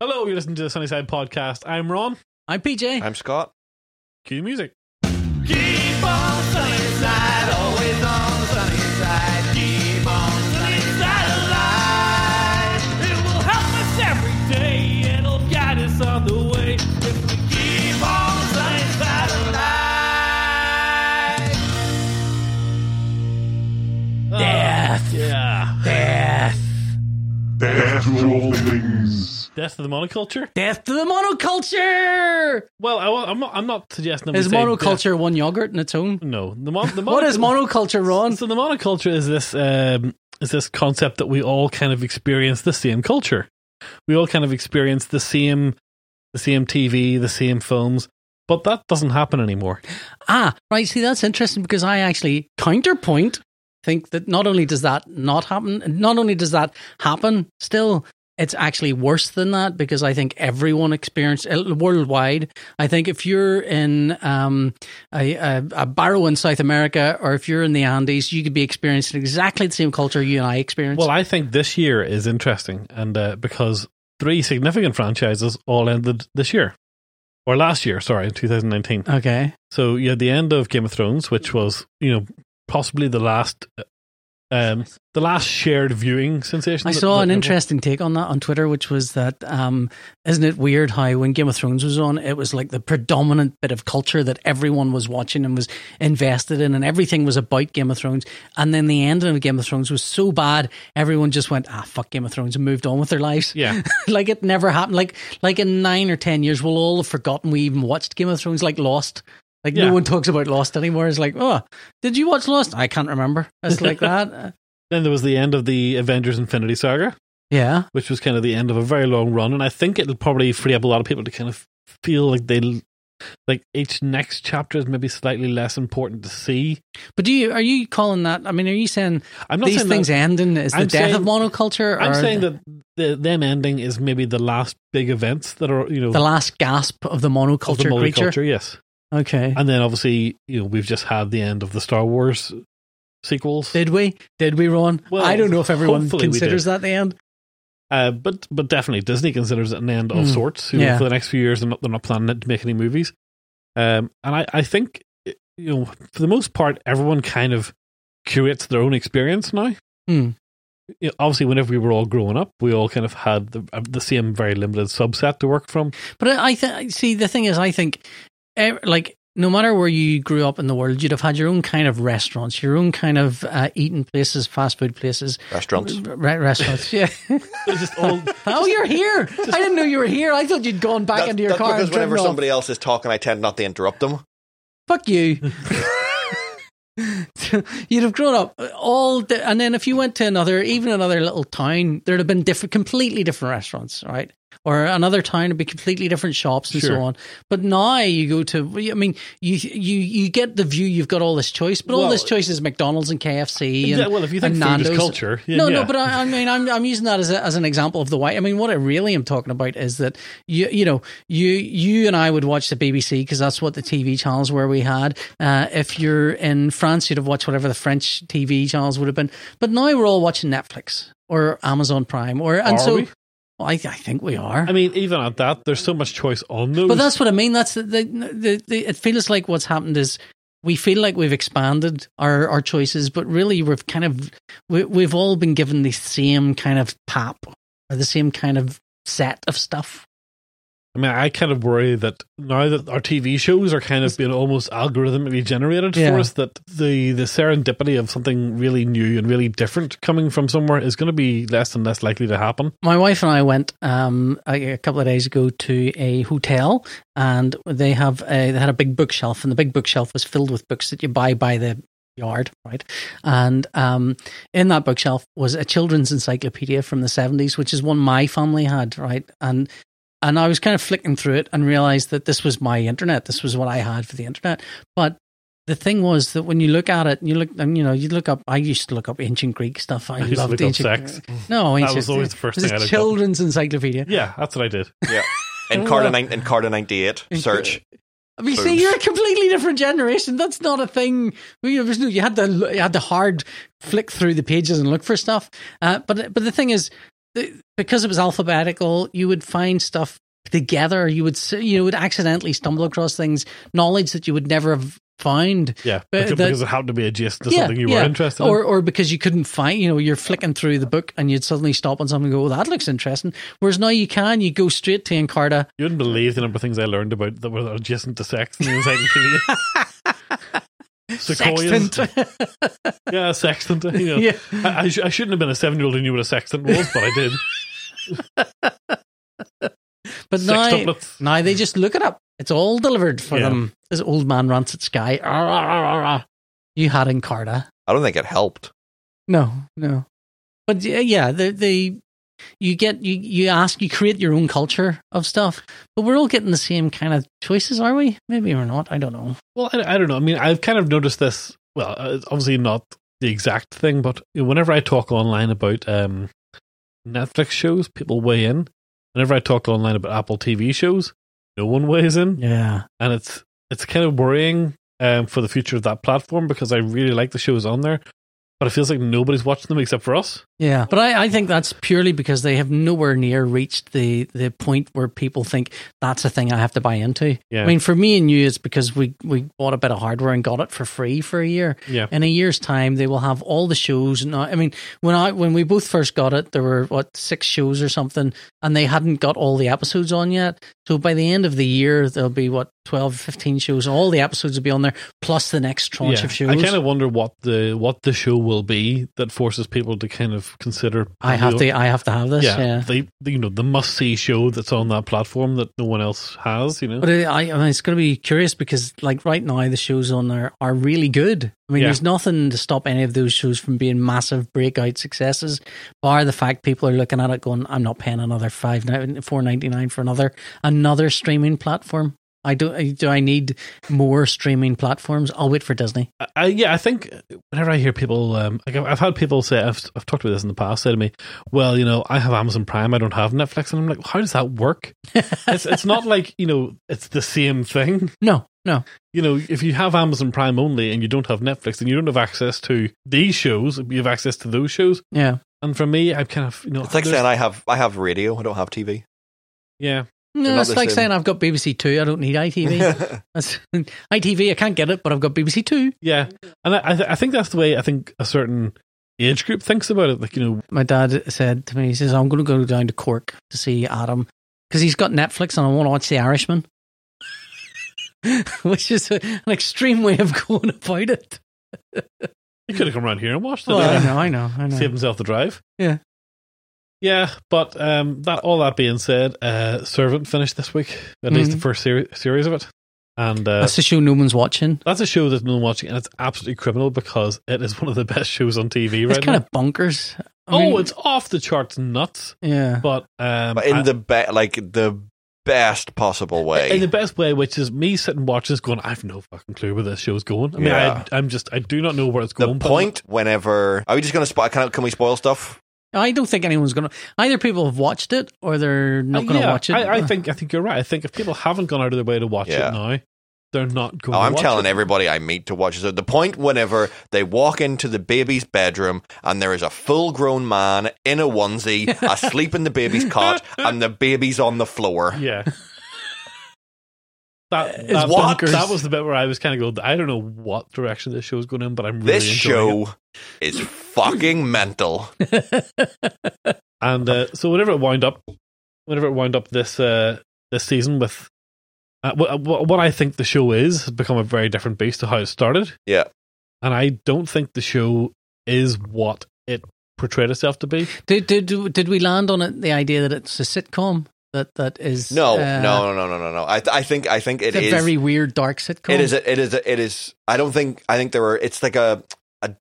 Hello, you're listening to the Sunnyside Podcast. I'm Ron. I'm PJ. Uh, I'm Scott. Cue the music. Keep on sunny side, always on sunny side. Keep on sunny side alive. It will help us every day. It'll guide us on the way if we keep on sunny side alive. Death. Ah, yeah. Death. Death to all things. Death of the monoculture? Death to the monoculture. Well, I, am not, I'm not suggesting that Is we say monoculture one yogurt in its own? death- No. The mon- the What is monoculture, Ron? So the monoculture is this um, is this concept that we all kind of experience the same culture. We all kind of experience the same the same TV, the same films, but that doesn't happen anymore. Ah, right. See, that's interesting because I actually counterpoint think that not only does that not happen, not only does that happen still, it's actually worse than that because I think everyone experienced uh, worldwide. I think if you're in um, a, a, a barrow in South America or if you're in the Andes, you could be experiencing exactly the same culture you and I experienced. Well, I think this year is interesting, and uh, because three significant franchises all ended this year, or last year, sorry, in 2019. okay. So you had the end of Game of Thrones, which was you know possibly the last, uh, um, the last shared viewing sensation. I that- saw that an everyone- interesting take on that on Twitter, which was that um, isn't it weird how when Game of Thrones was on, it was like the predominant bit of culture that everyone was watching and was invested in, and everything was about Game of Thrones. And then the ending of Game of Thrones was so bad, everyone just went ah fuck Game of Thrones and moved on with their lives. Yeah, like it never happened. Like like in nine or ten years, we'll all have forgotten we even watched Game of Thrones. Like Lost. Like Yeah. no one talks about Lost anymore. It's like, oh, did you watch Lost? I can't remember. It's like that. then there was the end of the Avengers Infinity Saga, Yeah. which was kind of the end of a very long run, and I think it'll probably free up a lot of people to kind of feel like they. will Like each next chapter is maybe slightly less important to see. But do you are you calling that? I mean, are you saying I'm not these saying that- things ending is the I'm death of saying- monoculture? Or I'm saying that the, them ending is maybe the last big events that are you know the last gasp of the of the monoculture creature. monoculture, yes. Okay, And then obviously you know we've just had the end of the Star Wars sequels, did we? Did we, Ron? Well, I don't know if everyone hopefully we considers that the end. uh, but but definitely Disney considers it an end of Hmm. sorts. You know, Yeah. For the next few years, they're not, they're not planning to make any movies. Um, and I I think you know for the most part, everyone kind of curates their own experience now. Hmm. You know, obviously, whenever we were all growing up, we all kind of had the, uh, the same very limited subset to work from. But I I th- see the thing is, I think ev- like no matter where you grew up in the world, you'd have had your own kind of restaurants, your own kind of uh, eating places, fast food places, Restaurants. r- r- restaurants. Yeah. It's just all oh, you're here! I didn't know you were here. I thought you'd gone back That's- into your that's car because and driven whenever off. somebody else is talking, I tend not to interrupt them. fuck you. You'd have grown up all, di- and then if you went to another, even another little town, there'd have been different, completely different restaurants, right? Or another town would be completely different shops and Sure. so on. But now you go to, I mean, you you you get the view. You've got all this choice, but all Well- this choice is McDonald's and KFC. And, Yeah, well, if you think and food is Nando's. culture, yeah, no, yeah. no, but I, I mean, I'm I'm using that as a, as an example of the why. I mean, what I really am talking about is that you you know you you and I would watch the BBC because that's what the TV channels where we had. Uh, if you're in France, you'd have watched whatever the French TV channels would have been. But now we're all watching Netflix or Amazon Prime or and Are so we? Well, I I think we are. I mean, even at that, there's so much choice on those. But that's what I mean. That's the, the, the, the it feels like what's happened is we feel like we've expanded our, our choices, but really we've kind of we, we've all been given the same kind of pap or the same kind of set of stuff. I mean, I kind of worry that now that our TV shows are kind of being almost algorithmically generated Yeah. for us, that the the serendipity of something really new and really different coming from somewhere is going to be less and less likely to happen. My wife and I went um, a, a couple of days ago to a hotel, and they have a, they had a big bookshelf, and the big bookshelf was filled with books that you buy by the yard, right? And um, in that bookshelf was a children's encyclopedia from the seventies, which is one my family had, right? And and I was kind of flicking through it and realized that this was my internet. This was what I had for the internet. But the thing was that when you look at it, and you look, and you know, you look up. I used to look up ancient Greek stuff. I, used to loved look up ancient sex. No, That ancient, was always the first it was thing I a looked up. children's encyclopedia. Yeah, that's what I did. Yeah. In Oh, Carter, wow. nine, in Carter 98, search. I mean, see, Boobs. you're a completely different generation. That's not a thing. We- there was no- You had to you had to hard flick through the pages and look for stuff. Uh, but but the thing is, the, because it was alphabetical, you would find stuff together. You would s- you would accidentally stumble across things, knowledge that you would never have found, Yeah, But because, the- because it happened to be adjacent to Yeah, something you yeah. were interested or in. or because you couldn't find. You know, you're flicking through the book and you'd suddenly stop on something and go, "Oh, that looks interesting." Whereas now you can, you go straight to Encarta. You wouldn't believe the number of things I learned about that were adjacent to sex in the encyclopedia. Sequoias. Sextant. Yeah, sextant. You know. yeah. I, I, sh- I shouldn't have been a seven year old who knew what a sextant was, but I did. But now, Sextuplets. now they just look it up. It's all delivered for Yeah. them. This old man rants at Sky. "Arr, arr, arr, arr, arr." You had Encarta. I don't think it helped. No, no. But yeah, yeah, the the you get you you ask you create your own culture of stuff, but we're all getting the same kind of choices, are we? Maybe we're not. I don't know. Well, I, I don't know. I mean, I've kind of noticed this. Well, uh, it's obviously not the exact thing, but you know, whenever I talk online about um, Netflix shows, people weigh in. Whenever I talk online about Apple TV shows, no one weighs in, Yeah, and it's it's kind of worrying um, for the future of that platform because I really like the shows on there, but it feels like nobody's watching them except for us. yeah. But I, I think that's purely because they have nowhere near reached the the point where people think that's a thing I have to buy into. Yeah. I mean, for me and you, it's because we we bought a bit of hardware and got it for free for a year. Yeah, in a year's time they will have all the shows now i mean when i when we both first got it there were what six shows or something and they hadn't got all the episodes on yet so by the end of the year there'll be what 12 15 shows all the episodes will be on there plus the next tranche yeah. of shows I kind of wonder what the what the show will be that forces people to kind of consider. I have to i have to have this yeah, They, they- you know, the must see show that's on that platform that no one else has, you know. But it, I, I mean, it's going to be curious because, like, right now the shows on there are really good. I mean, Yeah. there's nothing to stop any of those shows from being massive breakout successes, bar the fact people are looking at it going, "I'm not paying another five nine four ninety nine for another another streaming platform. I don't. Do I need more streaming platforms? I'll wait for Disney. I- I, yeah, I think whenever I hear people, um, like I've, I've had people say, I've, I've talked about this in the past, say to me, well, you know, I have Amazon Prime, I don't have Netflix. And I'm like, how does that work? it's, it's not like, you know, it's the same thing. No, no. You know, if you have Amazon Prime only and you don't have Netflix, then you don't have access to these shows, you have access to those shows. Yeah, And for me, I'm kind of, you know, It's like there's- saying I have I have radio. I don't have TV. yeah. no. not It's the like same. saying I've got BBC Two. I don't need ITV. That's, ITV. I can't get it, but I've got BBC Two. Yeah, and I, I, th- I think that's the way I think a certain age group thinks about it. Like you know, my dad said to me, he says, I'm going to go down to Cork to see Adam because he's got Netflix and I want to watch The Irishman, which is a- an extreme way of going about it. he could have come around here and watched it, Well, yeah. I know, I know, I save know. himself the drive. Yeah. yeah. But um, that all that being said, uh, Servant finished this week, at least the Mhm. first seri- series of it, and uh, That's the show no one's watching. that's a show that's no one watching, and it's absolutely criminal because it is one of the best shows on TV right it's kind now. of bonkers. I oh, mean, it's off the charts nuts. yeah. But um, But in I- the be- like the best possible way. in the best way, which is me sitting watching this, going, I have no fucking clue where this show's going. I mean, Yeah. I, I'm just, I do not know where it's the going. but- point whenever are we just going to spot? Can, can we spoil stuff? I don't think anyone's going to. Either people have watched it or they're not Uh, going to yeah, watch it. I, I think I think you're right. I think if people haven't gone out of their way to watch Yeah. it now, they're not going. Oh, to I'm watch telling it. everybody I meet to watch. So the point whenever they walk into the baby's bedroom and there is a full-grown man in a onesie asleep in the baby's cot and the baby's on the floor. Yeah. That, It's that, What? that was the bit where I was kind of going. I don't know what direction this show's going in, but I'm really this enjoying it." show is fucking mental. And uh, so whenever it wound up, whenever it wound up this uh, this season with uh, what, what I think the show is has become a very different beast to how it started. Yeah. and I don't think the show is what it portrayed itself to be. Did, did, did we land on it, the idea that it's a sitcom? That that is No, uh, no, no, no, no, no, no. I, th- I think, I think it's it a is. very weird dark sitcom. it is. A, it is. A, it is. I don't think. I think there are. It's like a a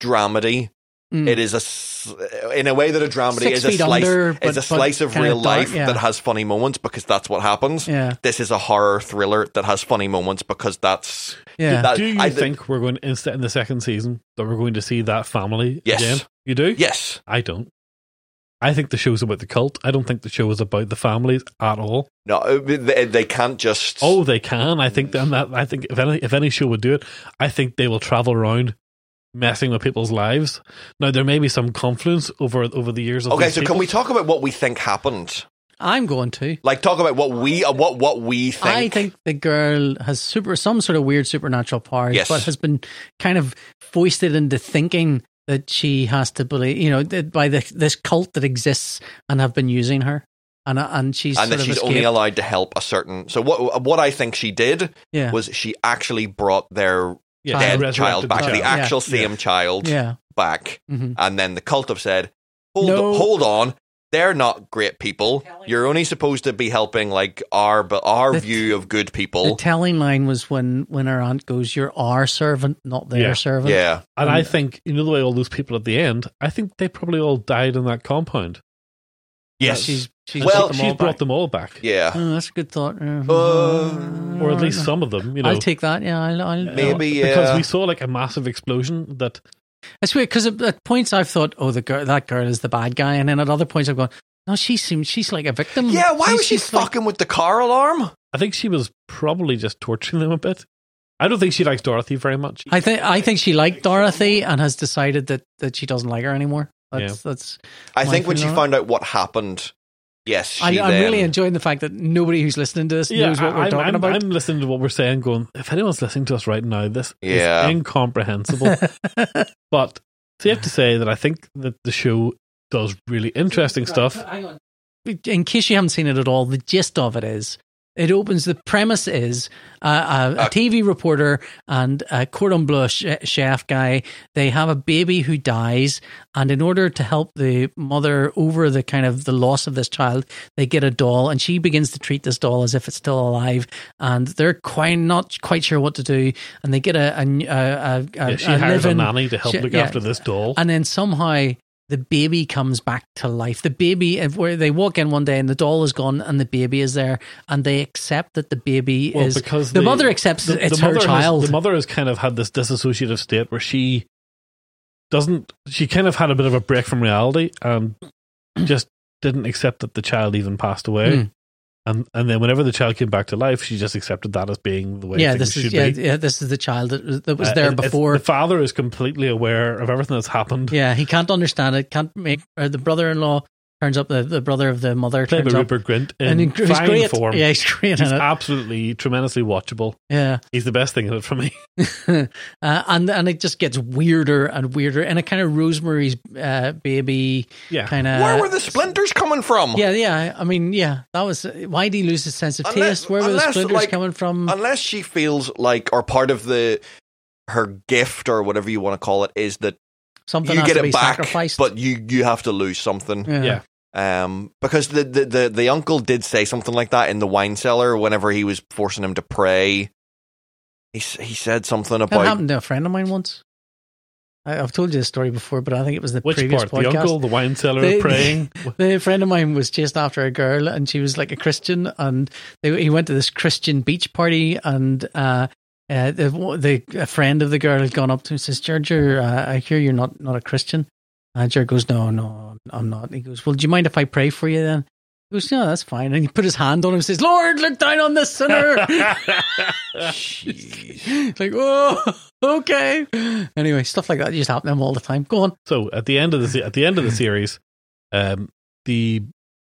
dramedy. Mm. It is a s- in a way that a dramedy Six is a feet slice. under, is but- a but slice of kind real dark, life yeah. that has funny moments because that's what happens. yeah. This is a horror thriller that has funny moments because that's Yeah. that- Do you I thi- think we're going in, in the second season that we're going to see that family Yes. again? You do? yes. I don't. I think the show's about the cult. I don't think the show is about the families at all. No, uh, they, they can't just. Oh, they can. I think then that I think if any if any show would do it, I think they will travel around messing with people's lives. Now there may be some confluence over over the years. Of Okay, these so can people. we talk about what we think happened? I'm going to. Like talk about what we uh, what what we think. I think the girl has super some sort of weird supernatural powers, Yes. but has been kind of foisted into thinking that she has to believe, you know, that by the, this cult that exists and have been using her, and uh, and she's sort and that of she's escaped. only allowed to help a certain. So what what I think she did yeah, was she actually brought their Yeah, resurrected Dead dead child back, the child. actual Yeah. same child yeah. back, hmm and then the cult have said, "Hold No. hold on." They're not great people. You're only supposed to be helping like our but our The- view of good The people. telling line was when when her aunt goes, "You're our servant, not their Yeah. servant." yeah. And I think you know the way all those people at the end. I think they probably all died in that compound. Yes. she's she's Well, brought them she's all brought back. them all back, Yeah. Oh, that's a good thought. Uh-huh. Uh, or at Mm. least some of them. You know, I'll take that. Yeah, I'll, I'll Maybe, yeah. because we saw like a massive explosion that It's weird because at, at points I've thought, oh, the girl, that girl is the bad guy, and then at other points I've gone, no, she seems she's like a victim. Yeah, why She's was she just like- fucking with the car alarm? I think she was probably just torturing them a bit. I don't think she likes Dorothy very much. I think I think she liked Dorothy and has decided that that she doesn't like her anymore. That's that's. I Why think when for she not? found out what happened, yes, she I, I'm then, really enjoying the fact that nobody who's listening to this knows what we're I'm, talking I'm- about. I'm listening to what we're saying, going, if anyone's listening to us right now, this Yeah. is incomprehensible. but safe to say that I think that the show does really interesting stuff. In case you haven't seen it at all, the gist of it is. It opens. The premise is uh, a, a Uh, TV reporter and a cordon bleu sh- chef guy. They have a baby who dies, and in order to help the mother over the kind of the loss of this child, they get a doll, and she begins to treat this doll as if it's still alive, and they're quite not quite sure what to do, and they get a a, a, a, Yeah, she a hires a live-in- nanny to help she- look yeah. after this doll. and then somehow the baby comes back to life. The baby, if- where they walk in one day and the doll is gone and the baby is there, and they accept that the baby Well, is because the mother accepts the- it's the her mother has- child. the mother has kind of had this disassociative state where she doesn't. She kind of had a bit of a break from reality and just didn't accept that the child even passed away. Hmm. And and then whenever the child came back to life, she just accepted that as being the way yeah, things this is should yeah, be. yeah, this is the child that was, that was Uh, there it- it's- before. the father is completely aware of everything that's happened. Yeah, he can't understand it. Can't make or the brother-in-law turns up. The, the brother of the mother Played by turns up, Rupert Grint in and he- he's fine great. form. Yeah, he's great He's in it. absolutely tremendously watchable. Yeah. He's the best thing in it for me. uh, and and it just gets weirder and weirder, and a kind of Rosemary's uh, Baby Yeah. kind of. Where were the splinters coming from? Yeah, yeah. I mean, yeah. That was why did he lose his sense of Unless- taste? Where were the unless, splinters like, coming from? Unless she feels like, or part of the her gift or whatever you want to call it, is that Something you has get to be it back, sacrificed. Mm. but you you have to lose something. yeah. Yeah. Um, because the, the the the uncle did say something like that in the wine cellar whenever he was forcing him to pray. He s- he said something that about happened to a friend of mine once. I, I've told you this story before, but I think it was the Which previous part? podcast. The uncle, the wine cellar, They- praying. The friend of mine was chased after a girl, and she was like a Christian, and they, he went to this Christian beach party, and uh, uh, the, the a friend of the girl had gone up to him and says, "George, you're, uh, I hear you're not not a Christian." And George goes, "No, no, I'm not." He goes, "Well, do you mind if I pray for you then?" He goes, "No, that's fine." And he put his hand on him and says, "Lord, look down on this sinner." Jeez. like, oh, okay. Anyway, stuff like that just happen to him all the time. Go on. So at the end of the se- at the end of the series, um, the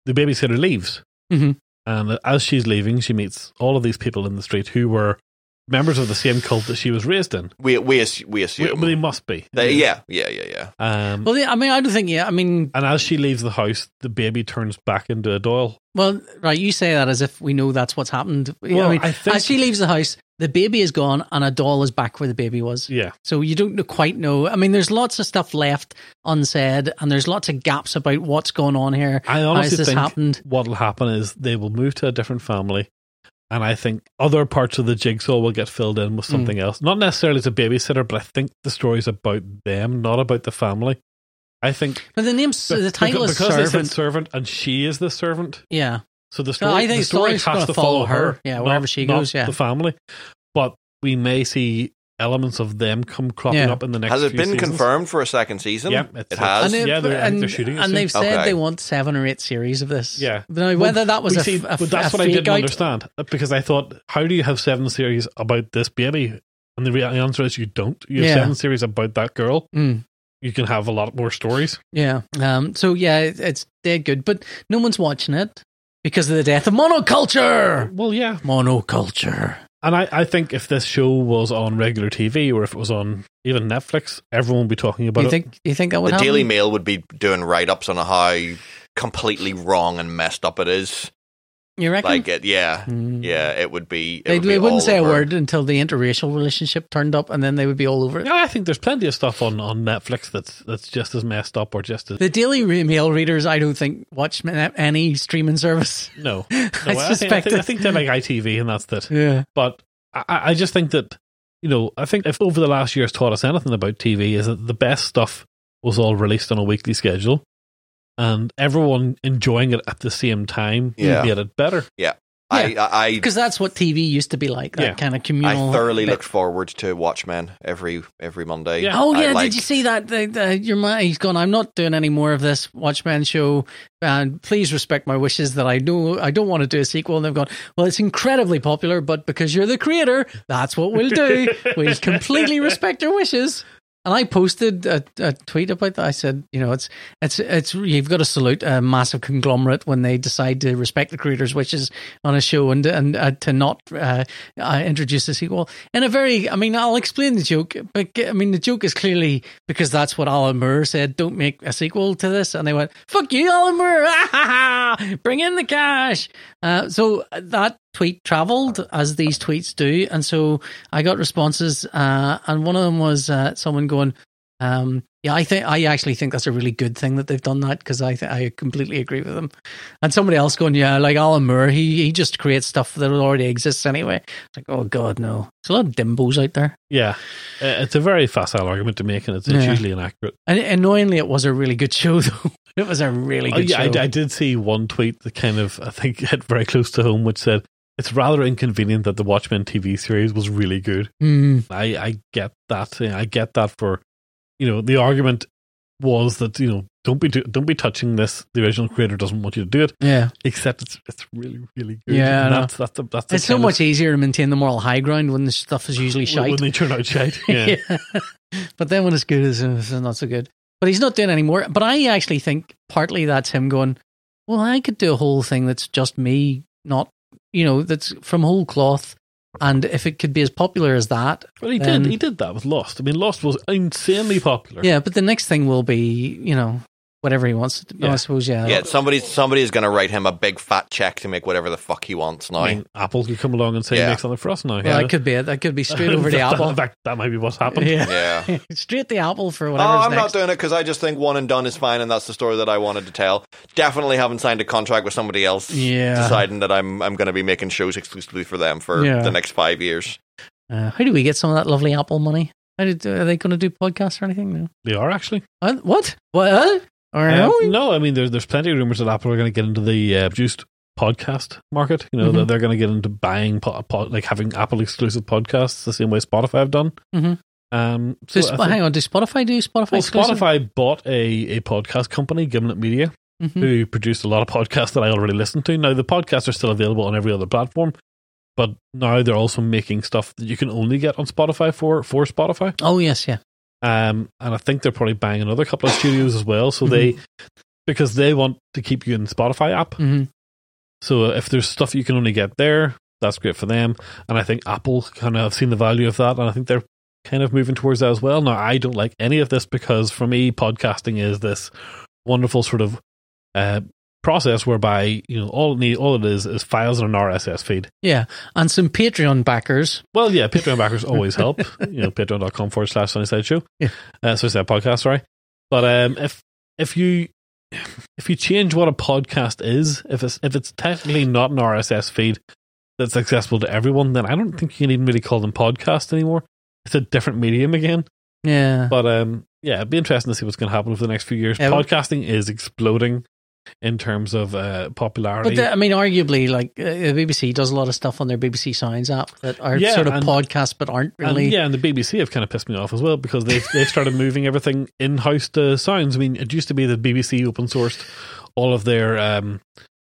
the babysitter leaves, Mhm. and as she's leaving, she meets all of these people in the street who were members of the same cult that she was raised in. we we ass- we Well, assume they must be. They- yeah yeah yeah yeah. Um, Well, yeah, I mean, I don't think. Yeah, I mean, and as she leaves the house, the baby turns back into a doll. Well, right, you say that as if we know that's what's happened. Well, I mean, I think- as she leaves the house, the baby is gone and a doll is back where the baby was. Yeah, So you don't know- quite know. I mean, there's lots of stuff left unsaid, and there's lots of gaps about what's going on here. I How has honestly this think happened? what'll happen is they will move to a different family, and I think other parts of the jigsaw will get filled in with Mm. something else. Not necessarily as a babysitter, but I think the story's about them, not about the family. I think But the name, the title because, is because they servant. said servant, and she is the servant. yeah, So the story, No, I think the story story's has gonna to follow follow her. her. Yeah, wherever she goes, yeah. the family. But we may see elements of them come cropping Yeah. up in the next. Has it few been seasons. confirmed for a second season? Yep, it's- it has. And it- yeah, they're- I think and, they're shooting it and soon. they've said Okay. they want seven or eight series of this. Yeah. Now, whether that was We a, see- f- a f- but that's a what I fake didn't out- understand because I thought, how do you have seven series about this baby And the, rea- the answer is you don't. You have Yeah. seven series about that girl. Mm, You can have a lot more stories. yeah. Um, so yeah, it, it's dead good, but no one's watching it because of the death of monoculture. Well, yeah. Monoculture. And I, I think if this show was on regular TV or if it was on even Netflix, everyone would be talking about you it. think you think that The would happen? Daily Mail would be doing write ups on how completely wrong and messed up it is. you reckon? Like it, yeah, Mm-hmm. Mm. yeah. It would be. It They, would they be all wouldn't say over. a word until the interracial relationship turned up, and then they would be all over it. Yeah, I think there's plenty of stuff on, on Netflix that's that's just as messed up or just as The Daily Re- Mail readers, I don't think, watch ma- any streaming service. no. no I think, suspect I, think, I it. think they make ITV and that's it. Yeah. But I, I just think that you know I think if over the last year has taught us anything about TV is that the best stuff was all released on a weekly schedule, and everyone enjoying it at the same time Yeah. made it better. I, I, Because that's what TV used to be like, that Yeah. kind of I, communal. I thoroughly bit. looked forward to Watchmen every every Monday. Yeah. Oh I yeah, liked- did you see that? The, the, your ma- he's gone. I'm not doing any more of this Watchmen show. And please respect my wishes that I know I don't want to do a sequel. And they've gone. Well, it's incredibly popular, but because you're the creator, that's what we'll do. we completely respect your wishes. And I posted a, a tweet about that. I said, you know, it's it's it's you've got to salute a massive conglomerate when they decide to respect the creator's wishes on a show and and uh, to not uh, uh, introduce a sequel. In a very, I mean, I'll explain the joke, but I mean, the joke is clearly because that's what Alan Moore said. Don't make a sequel to this, and they went, "Fuck you, Alan Moore! Ah, ha, ha. Bring in the cash." Uh, so that tweet traveled as these tweets do, and so I got responses, uh, and one of them was uh, someone going. Um, yeah, I think I actually think that's a really good thing that they've done that because I th- I completely agree with them. And somebody else going, yeah, like Alan Moore, he he just creates stuff that already exists anyway. It's like, oh god, no, there's a lot of dimbos out there. Yeah, Uh, it's a very facile argument to make, and it's, it's Yeah. usually inaccurate. And annoyingly, it was a really good show though. It was a really Oh, good yeah, show. I, I did see one tweet that kind of I think hit very close to home, which said. It's rather inconvenient that the Watchmen TV series was really good. Mm, I, I get that. I get that for you know the argument was that you know don't be do, don't be touching this. The original creator doesn't want you to do it, yeah, except it's it's really really good. Yeah, I And know. that's that's the, that's the it's so kind much easier to maintain the moral high ground when the stuff is usually of, when- when shite. they turn out shite. Yeah. but then when it's good, it's, it's not so good. But he's not doing any more. But I actually think partly that's him going, well, I could do a whole thing that's just me, not, you know, that's from whole cloth. And if it could be as popular as that, but he Um, did he did that with Lost. I mean, Lost was insanely popular. yeah, but the next thing will be, you know, whatever he wants. to do. Yeah. I suppose, yeah. Yeah, somebody somebody is going to write him a big fat check to make whatever the fuck he wants now. I mean, Apple could come along and say Yeah. make something for us now. Well, that could be it. That could be straight over the That- apple. That, that, that might be what's happened. yeah. yeah. straight the apple for Oh, whatever's I'm next. not doing it because I just think one and done is fine, and that's the story that I wanted to tell. Definitely haven't signed a contract with somebody else. Yeah. deciding that I'm I'm going to be making shows exclusively for them for Yeah. the next five years. Uh, how do we get some of that lovely apple money? How did, are they going to do podcasts or anything? No. They are actually. Uh, what? What? Or Uh, no, I mean there's there's plenty of rumors that Apple are going to get into the uh, produced podcast market. You know that Mhm. they're going to get into buying po- po- like having Apple exclusive podcasts the same way Spotify have done. Mhm. Um, so Does- I think- hang on, does Spotify do Spotify? well, exclusive? Spotify bought a, a podcast company, Gimlet Media, Mhm. who produced a lot of podcasts that I already listened to. Now the podcasts are still available on every other platform, but now they're also making stuff that you can only get on Spotify for for Spotify. Oh yes, yeah. Um, and I think they're probably buying another couple of studios as well. So they, because they want to keep you in the Spotify app. hmm So if there's stuff you can only get there, that's great for them. And I think Apple kind of have seen the value of that, and I think they're kind of moving towards that as well. Now I don't like any of this because for me, podcasting is this wonderful sort of uh, process whereby you know all it need, all it is is files and an RSS feed. Yeah, and some Patreon backers. Well, yeah, Patreon backers always help. You know, patreon.com forward slash Sunny Side Show. Yeah. Uh, so it's that podcast, sorry. But um, if if you if you change what a podcast is, if it's if it's technically not an RSS feed that's accessible to everyone, then I don't think you can even really call them podcast anymore. It's a different medium again. Yeah, But um, yeah, it'd be interesting to see what's going to happen over the next few years. Yeah. Podcasting is exploding in terms of uh, popularity. but the- I mean, arguably, like uh, the BBC does a lot of stuff on their BBC Science app that are Yeah, sort of and- podcasts, but aren't And, really. yeah, and the BBC have kind of pissed me off as well because they've, they've started moving everything in house to sounds. I mean, it used to be that BBC open sourced all of their um,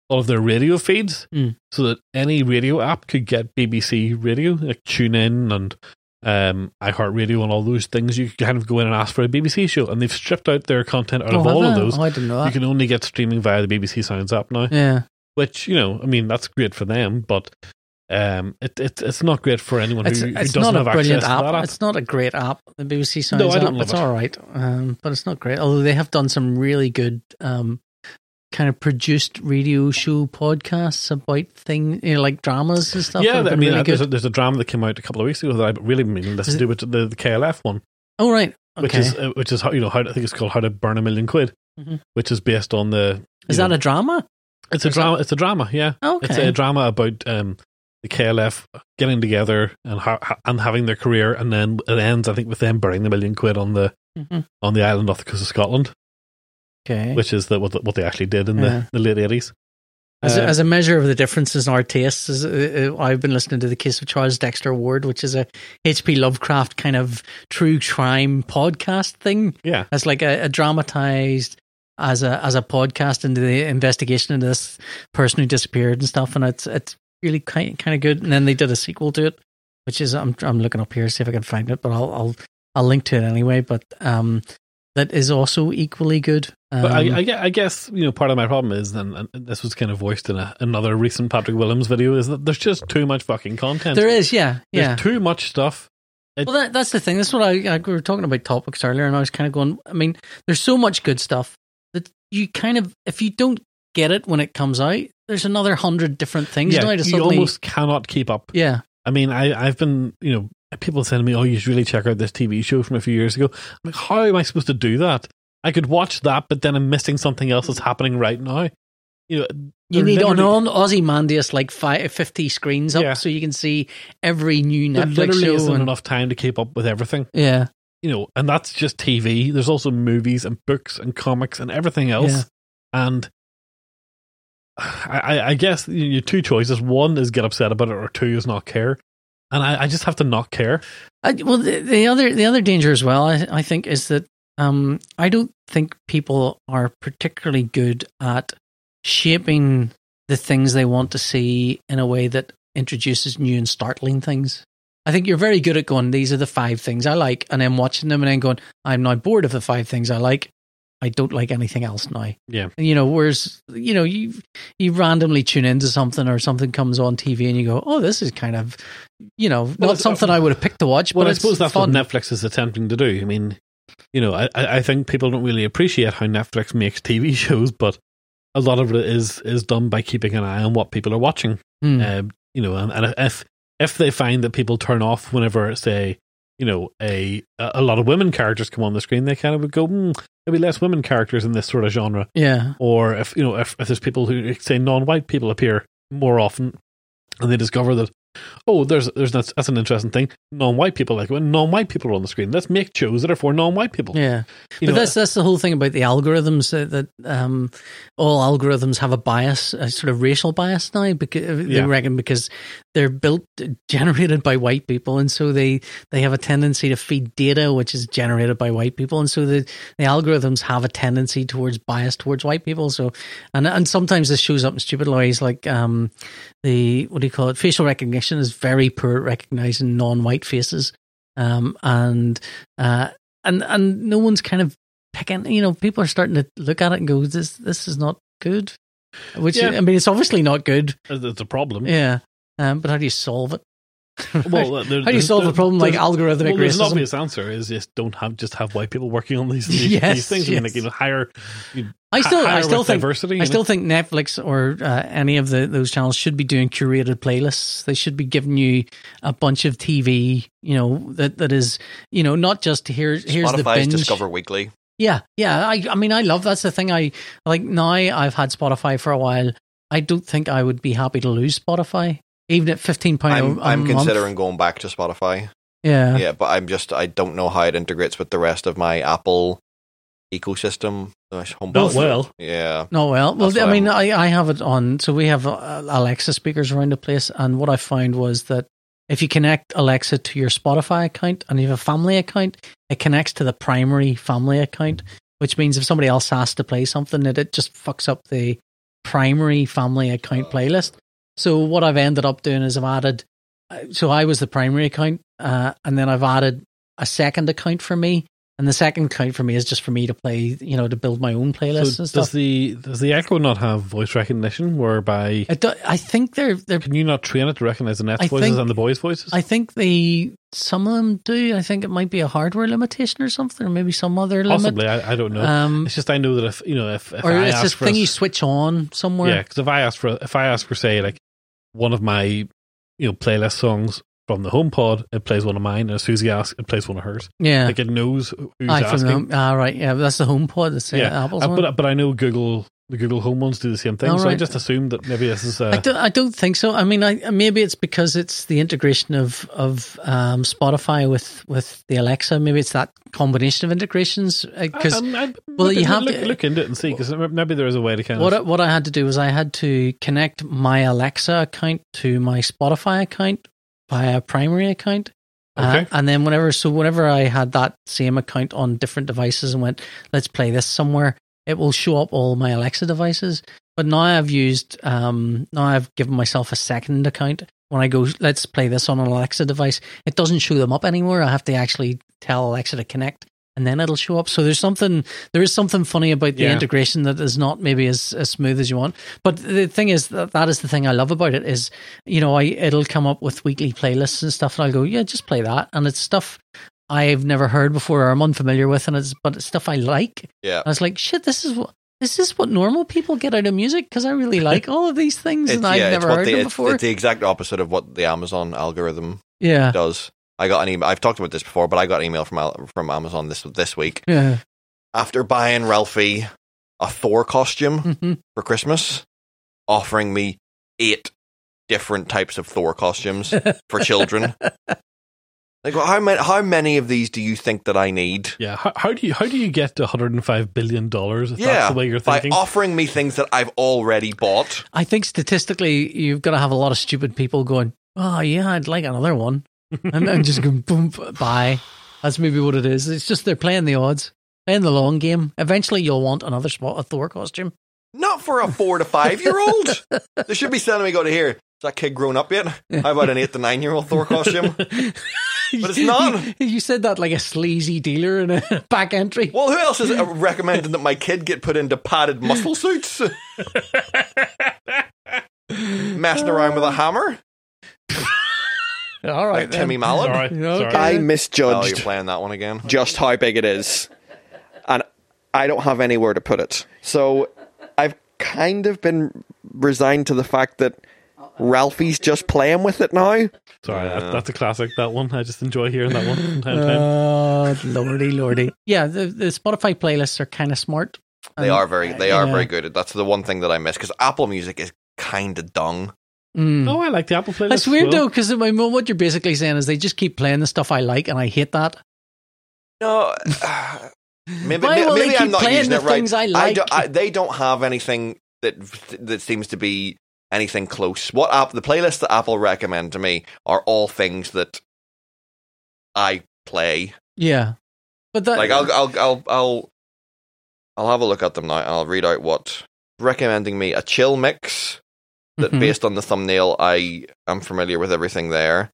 all of their radio feeds Mm. so that any radio app could get BBC radio, like TuneIn and um, iHeartRadio and all those things, you can kind of go in and ask for a BBC show, and they've stripped out their content out of have all of they? those. Oh, I didn't know you that. can only get streaming via the BBC Sounds app now, yeah. which you know, I mean, that's great for them, but um, it, it it's not great for anyone It's, who, who it's doesn't not a have access brilliant to app. that app. It's not a great app. The BBC Sounds No, I don't app. love It's it. all right, um, but it's not great. Although they have done some really good um, kind of produced radio show podcasts about thing, you know, like dramas and stuff. yeah, have I been mean, uh, really there's, good. a, there's a drama that came out a couple of weeks ago that I really mean Is listen it- to, which the, the KLF one, oh right, okay. which is uh, which is how you know how I think it's called How to Burn a Million Quid, Mhm. which is based on the is you that know, a drama? it's a is that- drama it's a drama yeah Okay, It's a drama about um, the KLF getting together and ha- ha- and having their career, and then it ends, I think, with them burning the million quid on the Mhm. on the island off the coast of Scotland, okay. which is the, what what they actually did in Yeah. the, the late eighties. Um, As a, as a measure of the differences in our tastes, is, uh, uh, I've been listening to the case of Charles Dexter Ward, which is a H.P. Lovecraft kind of true crime podcast thing. Yeah. as like a, a dramatized as a as a podcast into the investigation into this person who disappeared and stuff, and it's it's really kind kind of good. And then they did a sequel to it, which is I'm I'm looking up here to see if I can find it, but I'll I'll I'll link to it anyway. But um, that is also equally good. Um, But I, I, gue- I guess you know part of my problem is, and, and this was kind of voiced in a, another recent Patrick Williams video, is that there's just too much fucking content. there is, yeah, There's yeah. too much stuff. Well, that, that's the thing. That's what I, I we were talking about topics earlier, and I was kind of going. I mean, there's so much good stuff that you kind of, if you don't get it when it comes out, there's another hundred different things. Yeah, now you to suddenly, almost cannot keep up. yeah, I mean, I, I've been, you know, people saying to me, oh, you should really check out this TV show from a few years ago. I'm like, how am I supposed to do that? I could watch that, but then I'm missing something else that's happening right now. You know, you they're need on literally- on Ozymandias like five, 50 screens up Yeah. so you can see every new There Netflix literally show. isn't And, enough time to keep up with everything, yeah, you know, and that's just TV. There's also movies and books and comics and everything else. Yeah. And I, I- I guess you- your two choices one is get upset about it, or two is not care. And I, I just have to not care. I, Uh, well, the, the other the other danger as well, I, I think, is that um, I don't think people are particularly good at shaping the things they want to see in a way that introduces new and startling things. I think you're very good at going, these are the five things I like, and then watching them and then going, I'm now bored of the five things I like. I don't like anything else now. Yeah. You know, whereas, you know, you you randomly tune into something or something comes on TV and you go, oh, this is kind of, you know, not Well, it's- um, something I would have picked to watch, Well, but I suppose that's fun. what Netflix is attempting to do. I mean, you know, I, I I think people don't really appreciate how Netflix makes TV shows, but a lot of it is is done by keeping an eye on what people are watching. Hmm. Um, you know, and, and if if they find that people turn off whenever, say, you know, a a lot of women characters come on the screen, they kind of would go, hmm, maybe less women characters in this sort of genre yeah. or if you know if, if there's people who say non-white people appear more often and they discover that oh there's there's that's, that's an interesting thing non-white people like when non-white people are on the screen let's make shows that are for non-white people Yeah. You but know, that's that's the whole thing about the algorithms uh, that um, all algorithms have a bias, a sort of racial bias now, because Yeah. they reckon because they're built uh, generated by white people, and so they they have a tendency to feed data which is generated by white people, and so the the algorithms have a tendency towards bias towards white people. So and and sometimes this shows up in stupid ways, like um, the what do you call it? Facial recognition is very poor at recognizing non-white faces, um, and uh, and and no one's kind of picking. You know, people are starting to look at it and go, "This this is not good." Which Yeah. I mean, it's obviously not good. uh, that's it's a problem Yeah, um, but how do you solve it? well there, how do you there's- solve the there- problem like there's- algorithmic well, there's an racism? obvious answer is just don't have just have white people working on these these, these Yes, things. I mean, like, yes. you know, hire, you- I still, hire I still with think diversity. you I know? still think Netflix or uh, any of the those channels should be doing curated playlists. They should be giving you a bunch of TV, you know, that that is, you know, not just here. Here's the Spotify's binge. Discover Weekly. Yeah, yeah. I, I mean, I love that's the thing. I like now. I've had Spotify for a while. I don't think I would be happy to lose Spotify, even at fifteen pound. I'm, a I'm month. considering going back to Spotify. Yeah. yeah, but I'm just I don't know how it integrates with the rest of my Apple ecosystem. My home not button. well. Yeah, No, Oh, well, well. That's I what mean, I, I have it on. So we have uh, Alexa speakers around the place, and what I found was that if you connect Alexa to your Spotify account and you have a family account, it connects to the primary family account, which means if somebody else has to play something, that it just fucks up the Oh. primary family account playlist. So what I've ended up doing is I've added uh, so I was the primary account, uh, and then I've added a second account for me, and the second account for me is just for me to play, you know, to build my own playlists So and does stuff. the does the Echo not have voice recognition? Whereby I, do, I think they're they're. can you not train it to recognize the Nets I voices think- and the boys' voices? I think they some of them do. I think it might be a hardware limitation or something, or maybe some other limit. Possibly, I, I don't know. Um, it's just I know that if you know if, if or I it's ask this for thing a, you s- switch on somewhere. yeah, because if I ask for if I ask for say like one of my you know playlist songs from the HomePod, it plays one of mine, and if Susie asks, it plays one of hers. yeah. Like it knows who's Aye, from asking. the home, ah, right, yeah, that's the home pod. That's yeah, Yeah, Apple's Uh, one. but but I know Google the Google Home ones do the same thing, All so I right. just assumed that maybe this is I uh, don't, I don't think so. I mean, I maybe it's because it's the integration of of um, Spotify with with the Alexa. Maybe it's that combination of integrations. uh, Because Um, I- well, look- you have look, to- look into it and see because maybe there is a way to kind what I, of what I had to do was I had to connect my Alexa account to my Spotify account via primary account. Uh, Okay. and then whenever so whenever I had that same account on different devices and went, let's play this somewhere, it will show up all my Alexa devices. But now I've used um now I've given myself a second account. When I go, let's play this on an Alexa device, it doesn't show them up anymore. I have to actually tell Alexa to connect and then it'll show up. So there's something there is something funny about the Yeah. integration that is not maybe as, as smooth as you want. But the thing is that that is the thing I love about it is you know I it'll come up with weekly playlists and stuff, and I'll go yeah just play that, and it's stuff I've never heard before or I'm unfamiliar with, and it's but it's stuff I like. Yeah. I was like shit, this is what. This is what normal people get out of music because I really like all of these things and I've never what heard the, them it's, before. it's the exact opposite of what the Amazon algorithm yeah, does. I got an email. I've talked about this before, but I got an email from Al- from Amazon this this week yeah, after buying Ralphie a Thor costume hmm for Christmas, offering me eight different types of Thor costumes for children. Like, well, how many how many of these do you think that I need? yeah. How, how do you how do you get to 105 billion dollars if Yeah, that's the way you're By thinking? offering me things that I've already bought. I think statistically, you've got to have a lot of stupid people going, "Oh yeah, I'd like another one," and then just going boom bye. That's maybe what it is. It's just they're playing the odds, playing the long game. Eventually, you'll want another spot a Thor costume. Not for a four to five year old. they should be sending me go to here. Is that kid grown up yet? How about an eight to nine year old Thor costume? But it's not. You, you said that like a sleazy dealer in a back entry. Well, who else is uh, recommending that my kid get put into padded muscle suits? Messing around with a hammer? All right, Like Timmy then. Mallet? Sorry, You know, sorry. okay. I Oh, you're misjudged playing that one again. just how big it is. And I don't have anywhere to put it. So I've kind of been resigned to the fact that Ralphie's just playing with it now. Sorry, that, that's a classic. That one I just enjoy hearing that one from time to time. Oh, lordy, lordy. Yeah, the, the Spotify playlists are kind of smart. They Um, are very, they are yeah. very good. That's the one thing that I miss because Apple Music is kind of dung. Mm. Oh, I like the Apple playlist. That's as weird well. though, because what you're basically saying is they just keep playing the stuff I like, and I hate that. No, uh, maybe Why may- will they maybe I'm keep not playing using the it right. things I like? don't- I- they don't have anything that that seems to be anything close. What app? The playlists that Apple recommend to me are all things that I play. Yeah, but that like I'll I'll I'll I'll I'll have a look at them now and I'll read out what recommending me a chill mix that Mhm. based on the thumbnail I am familiar with everything there.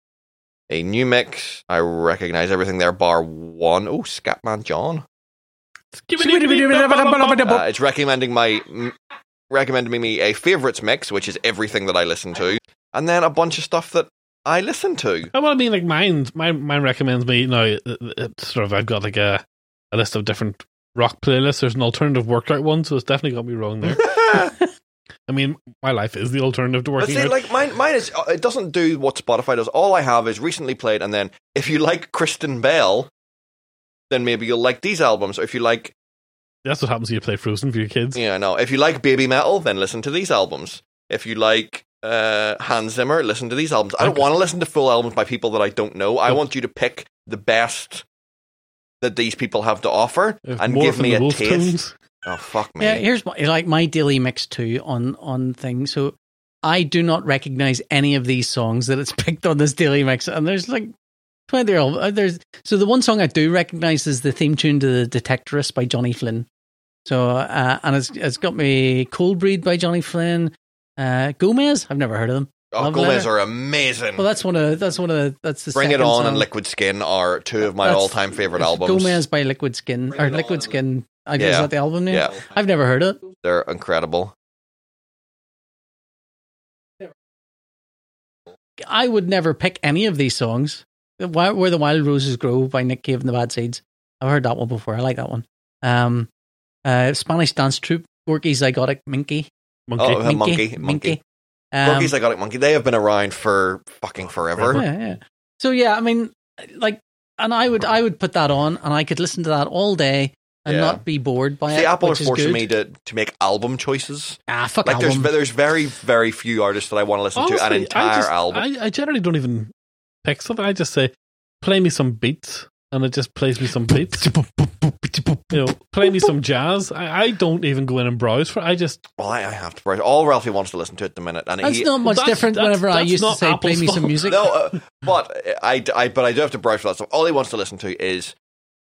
A new mix, I recognize everything there bar one. Oh, Scatman John. Uh, it's recommending my m- recommending me a favorites mix, which is everything that I listen to, and then a bunch of stuff that I listen to. Oh, well, I mean, like mine, mine, mine recommends me. No, it- it's sort of. I've got like a, a list of different rock playlists. There's an alternative workout one, so it's definitely got me wrong there. I mean, my life is the alternative to But working see, out. like mine, mine is uh, it doesn't do what Spotify does. All I have is recently played, and then if you like Kristen Bell, then maybe you'll like these albums. Or if you like, That's what happens when you play Frozen for your kids. yeah, no, if you like baby metal, then listen to these albums. If you like uh, Hans Zimmer, listen to these albums. I don't Okay. Oh. want to listen to full albums by people that I don't know. I But- want you to pick the best that these people have to offer If and more give than me the a Wolf taste. Tones, Oh fuck me! yeah, here's my like my daily mix too on on things. So I do not recognize any of these songs that it's picked on this daily mix, and there's like twenty of uh, there's. So the one song I do recognize is the theme tune to the Detectorist by Johnny Flynn. So uh, and it's it's got me Cold Breed by Johnny Flynn, uh, Gomez. I've never heard of them. Oh, Love Gomez letter. are amazing. Well, that's one of that's one of that's the Bring It second On song. and Liquid Skin are two of my That's- all time favorite it's albums. Gomez by Liquid Skin or Liquid Skin. I guess Yeah. that the album name. Yeah. I've never heard it. They're incredible. I would never pick any of these songs. Why- Where the Wild Roses Grow by Nick Cave and the Bad Seeds. I've heard that one before. I like that one. Um, uh, Spanish Dance Troupe, Gorky Zygotic Minky. Monkey. Oh, Uh, Monkey, Monkey. Um, Monkey's Iconic Monkey. They have been around for fucking forever. yeah, yeah. So yeah, I mean, like, and I would I would put that on, and I could listen to that all day and Yeah. not be bored by See, it. Apple are which is forcing good. me to, to make album choices. ah fuck Like there's album. there's very very few artists that I want to listen to an Honestly, I entire just- album. I, I generally don't even pick something. I just say, play me some beats, and it just plays me some beats. you know, play me some jazz. I, I don't even go in and browse for. it. I just well, I, I have to browse. All Ralphie wants to listen to at the minute, and That's he not much That's- different. that's- whenever I that's used to not say, "Play Apple's me some fault. music," no, uh, but I, I but I do have to browse for that stuff. All he wants to listen to is,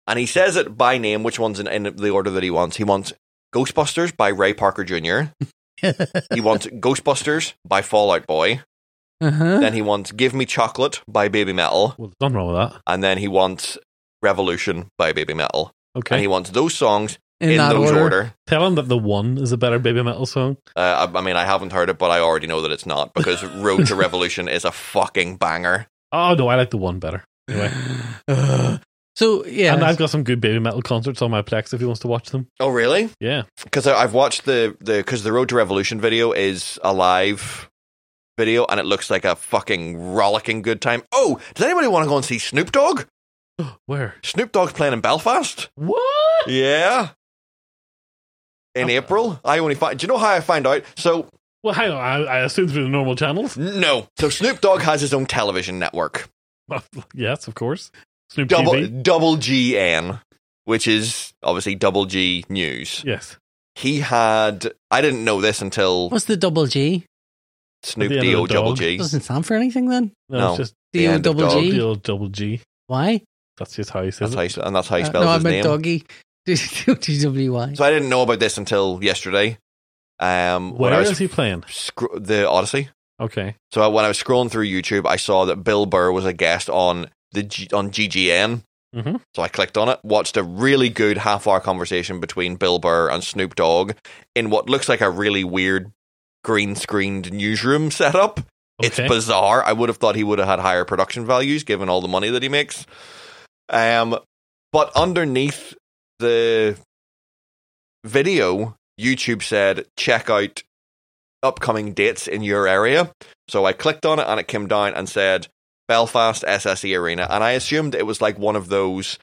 and he says it by name, which ones in, in the order that he wants. He wants Ghostbusters by Ray Parker Jr. he wants Ghostbusters by Fallout Boy. uh-huh. Then he wants Give Me Chocolate by Baby Metal, well, there's nothing wrong with that. and then he wants Revolution by Baby Metal, and Okay, he wants those songs in, in, that those order. order. tell him that the one is a better baby metal song. Uh, I, I mean, I haven't heard it, but I already know that it's not because Road to Revolution is a fucking banger. Oh no, I like the one better. Anyway, So yeah, and I've got some good baby metal concerts on my Plex if he wants to watch them. Oh, really? Yeah, because I've watched the the because the Road to Revolution video is a live video and it looks like a fucking rollicking good time. Oh, does anybody want to go and see Snoop Dogg? where? Snoop Dogg's playing in Belfast. What? Yeah. In Oh. April, I only find. Do you know how I find out? So Well, hang on. I, I assume through the normal channels. no. So Snoop Dogg has his own television network, yes, of course. Snoop double TV. double GN, which is obviously double G News. Yes. He had. I didn't know this until what's the double G? Snoop At the end of D O the double dog. G. Doesn't stand for anything then. No, No. it's just The D O end of double dog. the G. old double G. Why? That's just how he says That's it. how he, and that's how he Uh, spells no, I his meant name. doggy. D W Y. So I didn't know about this until yesterday. Um, when Where I is was he playing? scro- the Odyssey. Okay. So I, when I was scrolling through YouTube, I saw that Bill Burr was a guest on the G- on GGN. Mhm. So I clicked on it, watched a really good half hour conversation between Bill Burr and Snoop Dogg in what looks like a really weird green screened newsroom setup. It's Okay. bizarre. I would have thought he would have had higher production values given all the money that he makes. Um, but underneath the video, YouTube said check out upcoming dates in your area. So I clicked on it and it came down and said Belfast SSE Arena, and I assumed it was like one of those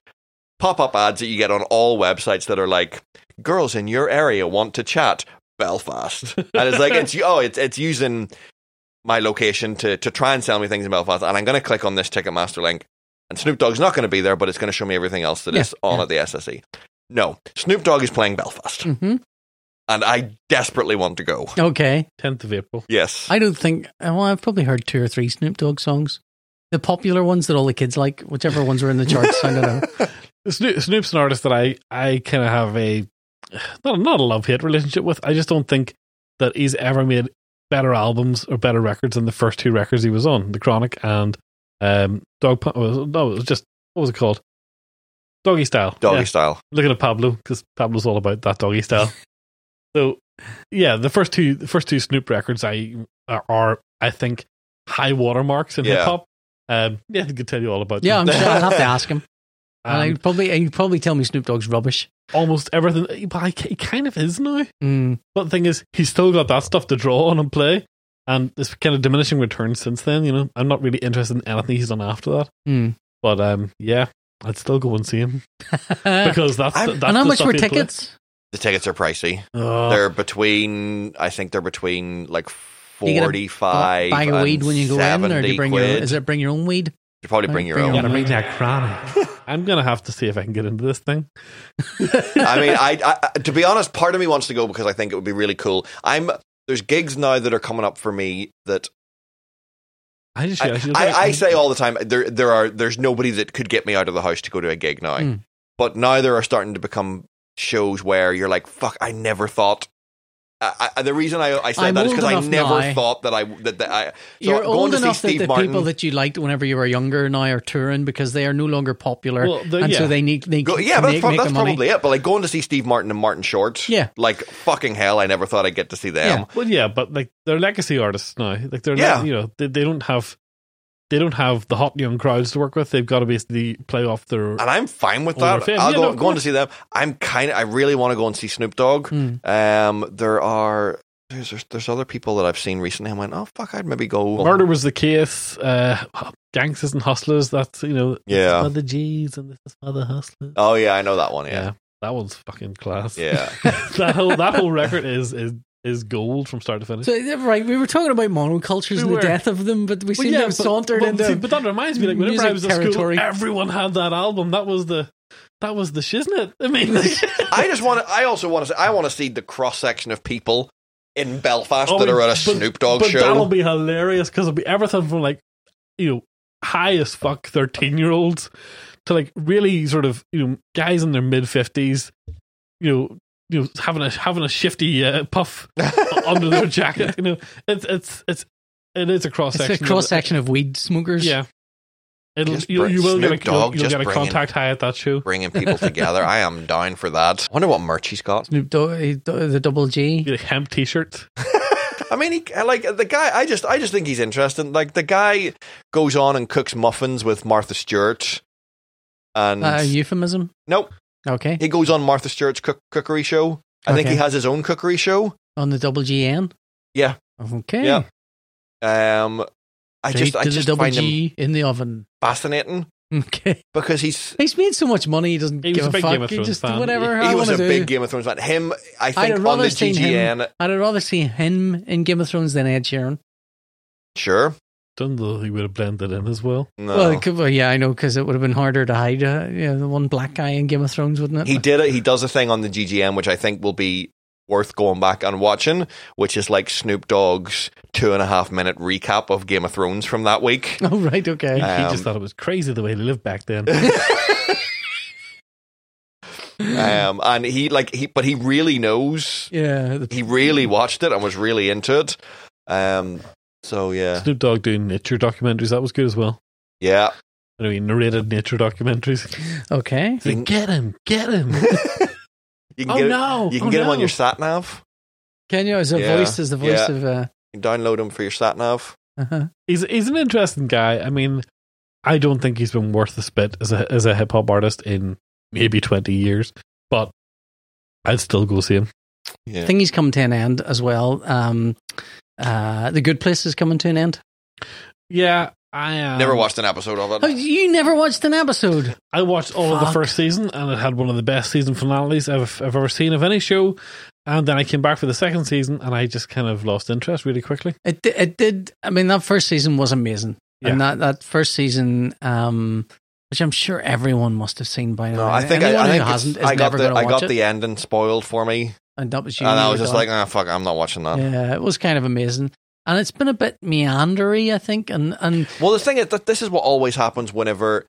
pop up ads that you get on all websites that are like girls in your area want to chat Belfast, and it's like it's oh it's it's using my location to to try and sell me things in Belfast, and I'm going to click on this Ticketmaster link, and Snoop Dogg's not going to be there, but it's going to show me everything else that is Yeah, on yeah. at the SSE. No, Snoop Dogg is playing Belfast, hmm and I desperately want to go. Okay. 10th of April. Yes, I don't think. uh, Well, I've probably heard two or three Snoop Dogg songs. The popular ones that all the kids like, whichever ones were in the charts. I don't know. Snoop, Snoop's an artist that I, I kind of have a not, not a love hate relationship with. I just don't think that he's ever made better albums or better records than the first two records he was on The Chronic and um, Dog. Pound- oh, No, it was just, what was it called? Doggy Style. doggy Yeah. style. looking at Pablo because Pablo's all about that doggy style. so, yeah, the first two, the first two Snoop records, I are, are I think high watermarks in Yeah. hip hop. Um, yeah, I could tell you all about. Yeah, I'm them. sure I'll have to ask him. Um, And and I'd probably, and you'd probably tell me Snoop Dogg's rubbish. almost everything, but I, he kind of is now. Hmm. Mm. But the thing is, he's still got that stuff to draw on and play, and it's kind of diminishing returns since then. You know, I'm not really interested in anything he's done after that. Hmm. Mm. But um, yeah, I'd still go and see him because that's, the- I'm- that's and how the much stuff were he'd play. tickets? The tickets are pricey. Oh, They're between, I think they're between like You get a forty-five. bag of and weed when you go in, or do 70 you bring quid. your? Is it Oh, bring your own weed? You probably bring your own. Gotta make that chronic. Oh. I'm gonna have to see if I can get into this thing. I mean, I, I- I to be honest, part of me wants to go because I think it would be really cool. I'm there's gigs now that are coming up for me that I just, I, just- I, I say all the time there there are there's nobody that could get me out of the house to go to a gig now, Hmm. but now there are starting to become shows where you're like, fuck, I never thought I, I, the reason I, I said I'm that is because old I enough never now. thought that I that, that I. So You're going old to enough that see Steve the Martin, people that you liked whenever you were younger now are touring because they are no longer popular, Well, the- and yeah. so they need they Go, need yeah, to but that's, make, prob- make that's the money. probably it. But like going to see Steve Martin and Martin Short, Yeah. like fucking hell, I never thought I'd get to see them. Well, yeah, but like they're legacy artists now. Like they're, le- Yeah. you know, they, they don't have, they don't have the hot young crowds to work with. They've got to basically play off their. And I'm fine with Hall that. of Fame. I'll Yeah, go, no, of going to course. see them. I'm kind of. I really want to go and see Snoop Dogg. Hmm. Um, there are there's, there's there's other people that I've seen recently. I went, oh fuck, I'd maybe go. Murder was the case. Uh, gangsters and hustlers. That's you know, Yeah. Mother G's and this is Mother Hustlers. Oh yeah, I know that one. Yeah, that one's fucking class. yeah. that whole that whole record is is is gold from start to finish. So yeah, right, we were talking about monocultures We and were. the death of them, but we seem to have sauntered but, into see, but that reminds me, like whenever I music was at territory. school, everyone had that album. That was the that was the shiznit. I mean, I just want. to I also want to. I want to see the cross section of people in Belfast Oh, that are at a but- Snoop Dogg but That'll show. be hilarious because it'll be everything from like, you know, high as fuck 13 year olds to like really sort of, you know, guys in their mid 50s, you know, you know, having a having a shifty uh, puff under their jacket. You know, it's it's it's it is a cross it's section. a cross section of weed smokers. Yeah, it'll Just you, bring- you will get Snoop a, you'll, Dogg, you'll just get a bring in- contact high at that show. Bringing people together. I am down for that. I wonder what merch he's got. Snoop Dogg, eh, the double G. uh, You get a hemp T-shirt. I mean, he, like the guy. I just, I just think he's interesting. Like the guy goes on and cooks muffins with Martha Stewart, and Uh, euphemism. nope, Okay, he goes on Martha Stewart's cook, cookery show. I think Okay. he has his own cookery show. on the double G N. Yeah. Okay. Yeah. Um, I Straight just, I to just the double find him G in the oven. fascinating Okay. because he's He's made so much money, he doesn't He was give a a, big fuck. Game of he Thrones just fan. whatever. he I was want a to do. big Game of Thrones fan. Him, I I'd think have on the rather seen him. GGN, I'd have rather seen him in Game of Thrones than Ed Sheeran. sure. Don't know he would have blended in as well. No. Well, it could, well, yeah, I know because it would have been harder to hide. Uh, yeah, the one black guy in Game of Thrones, wouldn't it? he did it. He does a thing on the GGN, which I think will be worth going back and watching, which is like Snoop Dogg's two and a half minute recap of Game of Thrones from that week. Oh right, He, okay. he Um, just thought it was crazy the way they lived back then. um, and he like he, but he really knows. Yeah, the He really watched it and was really into it. Um, so yeah, Snoop Dogg doing nature documentaries. That was good as well. yeah. I know he narrated nature documentaries. Okay. He's like, get him, get him. You can oh get it. no, You can oh, get him on no. your sat nav. Kenya is a Yeah, voice is the voice yeah. of uh, You can download him for your sat nav. uh He's he's an interesting guy. I mean, I don't think he's been worth the spit as a as a hip hop artist in maybe twenty years, but I'd still go see him. Yeah. I think he's come to an end as well. Um uh The Good Place is coming to an end. Yeah, I um, Never watched an episode of uh, Oh, it. you never watched an episode. I watched all of the Fuck. first season, and it had one of the best season finales I've I've ever seen of any show. And then I came back for the second season, and I just kind of lost interest really quickly. It di- it did I mean that first season was amazing. And that that first season um which I'm sure everyone must have seen by now. No, I think I, Anyone I who think hasn't it's- is I got never the going to I watch got it. the ending spoiled for me, and that was you. and I you was were just done. like, ah, fuck, I'm not watching that. yeah, it was kind of amazing, and it's been a bit meandery, I think, and and Well, the thing is that this is what always happens whenever,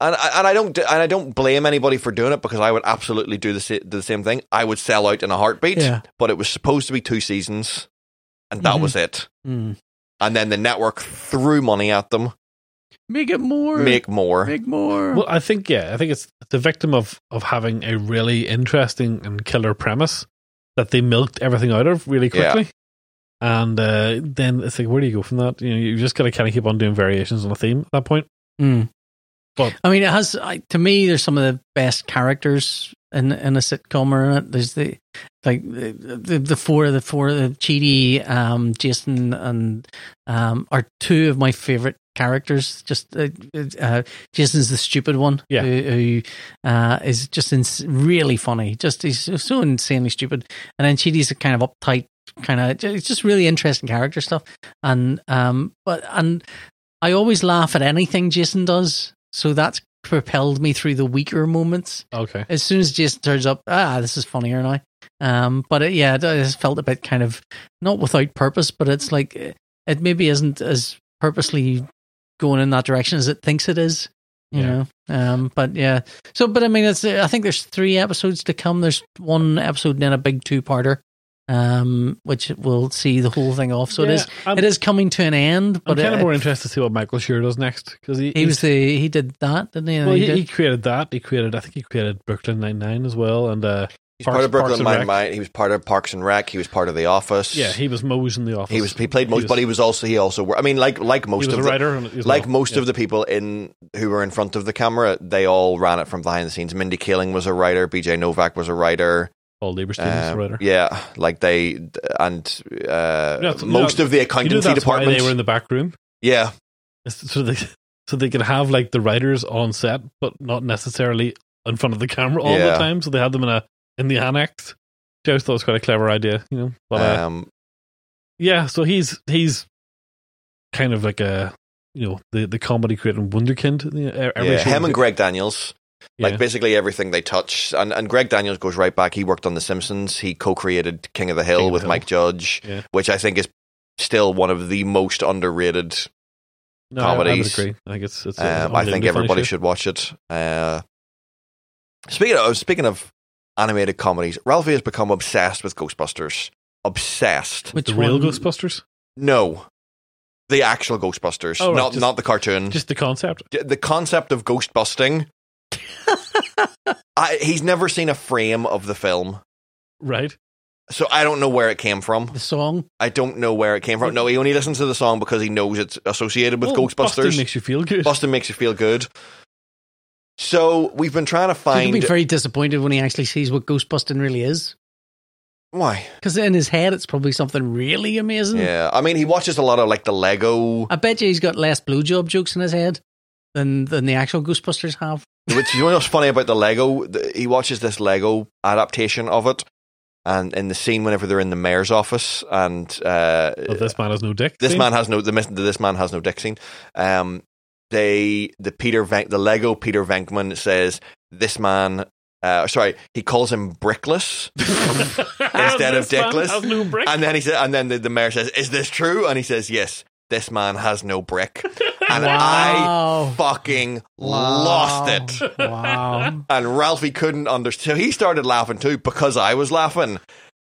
and I, and I don't and I don't blame anybody for doing it because I would absolutely do the sa- do the same thing. I would sell out in a heartbeat. Yeah. But it was supposed to be two seasons, and that Mhm. was it. hmm. And then the network threw money at them, make it more, make more. make more. Well, I think yeah, I think it's the victim of of having a really interesting and killer premise that they milked everything out of really Yeah. quickly, and uh, then it's like where do you go from that? You know, you just got to kind of keep on doing variations on a theme at that point. Mm. But- I mean, it has I, to me. There's some of the best characters in in a sitcom. Or in it. There's the like the, the the four the four the Chidi, um, Jason, and um are two of my favorite characters. Just uh, uh, Jason's the stupid one, Yeah. who, who uh, is just ins- really funny. Just he's so- so insanely stupid, and then Chidi's a kind of uptight kind of it's just really interesting character stuff and um but and I always laugh at anything Jason does, so that's propelled me through the weaker moments. Okay, As soon as Jason turns up, ah, this is funnier now. Um, but it, yeah, it has felt a bit kind of not without purpose, but it's like eh, it maybe isn't as purposely going in that direction as it thinks it is. You Yeah. know, um, but yeah. So, but I mean, it's. I think there's three episodes to come. There's one episode and then a big two-parter, um, which will see the whole thing off. So it Yeah, is I'm- it is coming to an end. I'm But uh, kind of it- more interested to see what Michael Shearer does next because he, he was the he did that, didn't he? And well, he he, did- he created that. He created, I think, he created Brooklyn Nine Nine as well, and uh, He's Parks- part of Parks Brooklyn and Nine Rec. Nine. He was part of Parks and Rec. He was part of The Office. yeah, he was Moe's in the office. he was. He played most, was- but he was also he also. wor- I mean, like like he most was of a the writer, and as like well. most Yeah. of the people in who were in front of the camera, they all ran it from behind the scenes. Mindy Kaling was a writer. B.J. Novak was a writer. Paul Lieberstein was a Um, writer. Yeah, like they and uh, That's- most no, of the you know accountancy that's why departments. they were in the back room, yeah, It's- so they so they could have like the writers on set, but not necessarily in front of the camera all the Yeah. time. So they had them in a in the annex. Which I always thought was quite a clever idea, you know. But uh, um, yeah, so he's he's kind of like a you know the the comedy creating wunderkind. you know, e- every yeah. show- him and Greg Daniels, Yeah. like basically everything they touch. And and Greg Daniels goes right back. He worked on The Simpsons. He co-created King of the Hill King of with the Mike Judge, Yeah. which I think is still one of the most underrated. no, I- I, would comedies. agree. I think it's it's. Um, I think everybody should watch it. Uh, speaking of speaking of animated comedies, Ralphie has become obsessed with Ghostbusters. Obsessed. which The real one- Ghostbusters, No, the actual Ghostbusters, Oh, right, not just- not the cartoon. just the concept. J- the concept of ghost busting. I, he's never seen a frame of the film, Right. so I don't know where it came from. The song. I don't know where it came from. No, he only listens to the song because he knows it's associated with Well, Ghostbusters. busting Oh, makes you feel good. Busting makes you feel good. So we've been trying to He'll be find very disappointed when he actually sees what Ghostbusting really is, why. because in his head it's probably something really amazing. Yeah, I mean, he watches a lot of like the Lego. I bet you he's got less blue job jokes in his head than than the actual Ghostbusters have. Which you know what's funny about the Lego? The- He watches this Lego adaptation of it, and in the scene whenever they're in the mayor's office, and uh, But this man has no dick. this See? man has no the mis- this man has no dick scene. Um, they the Peter Ven- the Lego Peter Venkman says this man. Uh, sorry, he calls him brickless, instead of This man dickless. has no brick. and then he said, and then the, the mayor says, "Is this true?" And he says, "Yes, this man has no brick." And I Wow. fucking lost it. Wow. and Ralphie couldn't understand. So he started laughing too because I was laughing,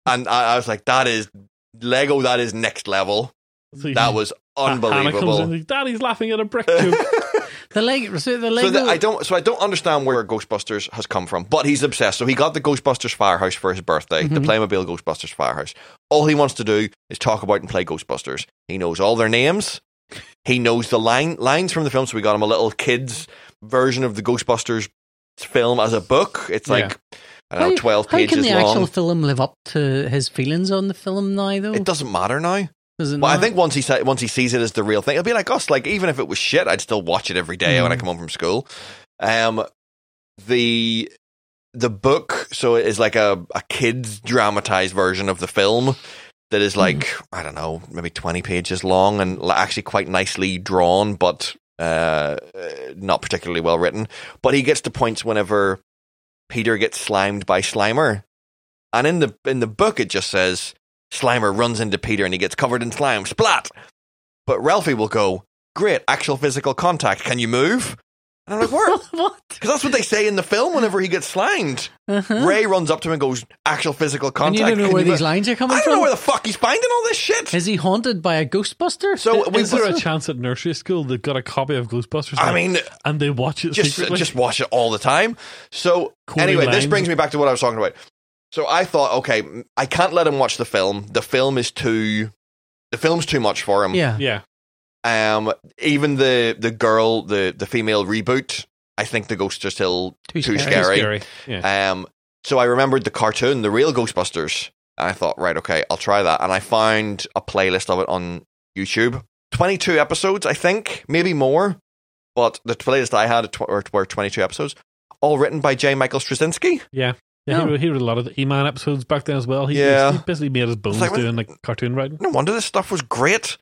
and I, I was like, "That is Lego. That is next level. So you- That was Hannah comes unbelievable." in, Daddy's laughing at a brick tube. The leg, so the So Lego. that I don't. So I don't understand where Ghostbusters has come from. But he's obsessed. So he got the Ghostbusters firehouse for his birthday, Mm-hmm. the Playmobil Ghostbusters firehouse. All he wants to do is talk about and play Ghostbusters. He knows all their names. He knows the line lines from the film. So we got him a little kids version of the Ghostbusters film as a book. It's Yeah. like I don't know, twelve how pages can the actual long. film live up to his feelings on the film now, though? It doesn't matter now. Does it Well, I not? think once he sa- once he sees it as the real thing, it'll be like us. Like even if it was shit, I'd still watch it every day when I come home from school. Um, the the book so it is like a a kids dramatized version of the film that is like I don't know maybe twenty pages long and li- actually quite nicely drawn, but uh, not particularly well written. But he gets to points whenever Peter gets slimed by Slimer, and in the in the book it just says. Slimer runs into Peter and he gets covered in slime. Splat! But Ralphie will go, Great, actual physical contact. Can you move? And I'm like, Where? what? Because that's what they say in the film whenever he gets slimed. Uh-huh. Ray runs up to him and goes, Actual physical And contact. you don't know Can where you these move?" lines are I coming don't from. know where the fuck he's finding all this shit. Is he haunted by a Ghostbuster? Uh, So we Is there a put. chance at nursery school they've got a copy of Ghostbusters? I now mean, and they watch it just uh, secretly? just watch it all the time. So Corey anyway, this Limes. brings me back to what I was talking about. So I thought, okay, I can't let him watch the film. The film is too, the film's too much for him. yeah. yeah, Um, even the the girl, the the female reboot, I think the ghosts are still Too, too scary. scary. scary. Yeah, Um, so I remembered the cartoon, the real Ghostbusters, and I thought, right, okay, I'll try that. And I found a playlist of it on YouTube, twenty two episodes, I think, maybe more, but the playlist I had tw- were- were twenty two episodes, all written by J. Michael Straczynski. yeah. He, No. wrote- he wrote a lot of the E Man episodes back then as well. He, Yeah. he basically made his bones It's like- doing like cartoon writing. no wonder this stuff was great.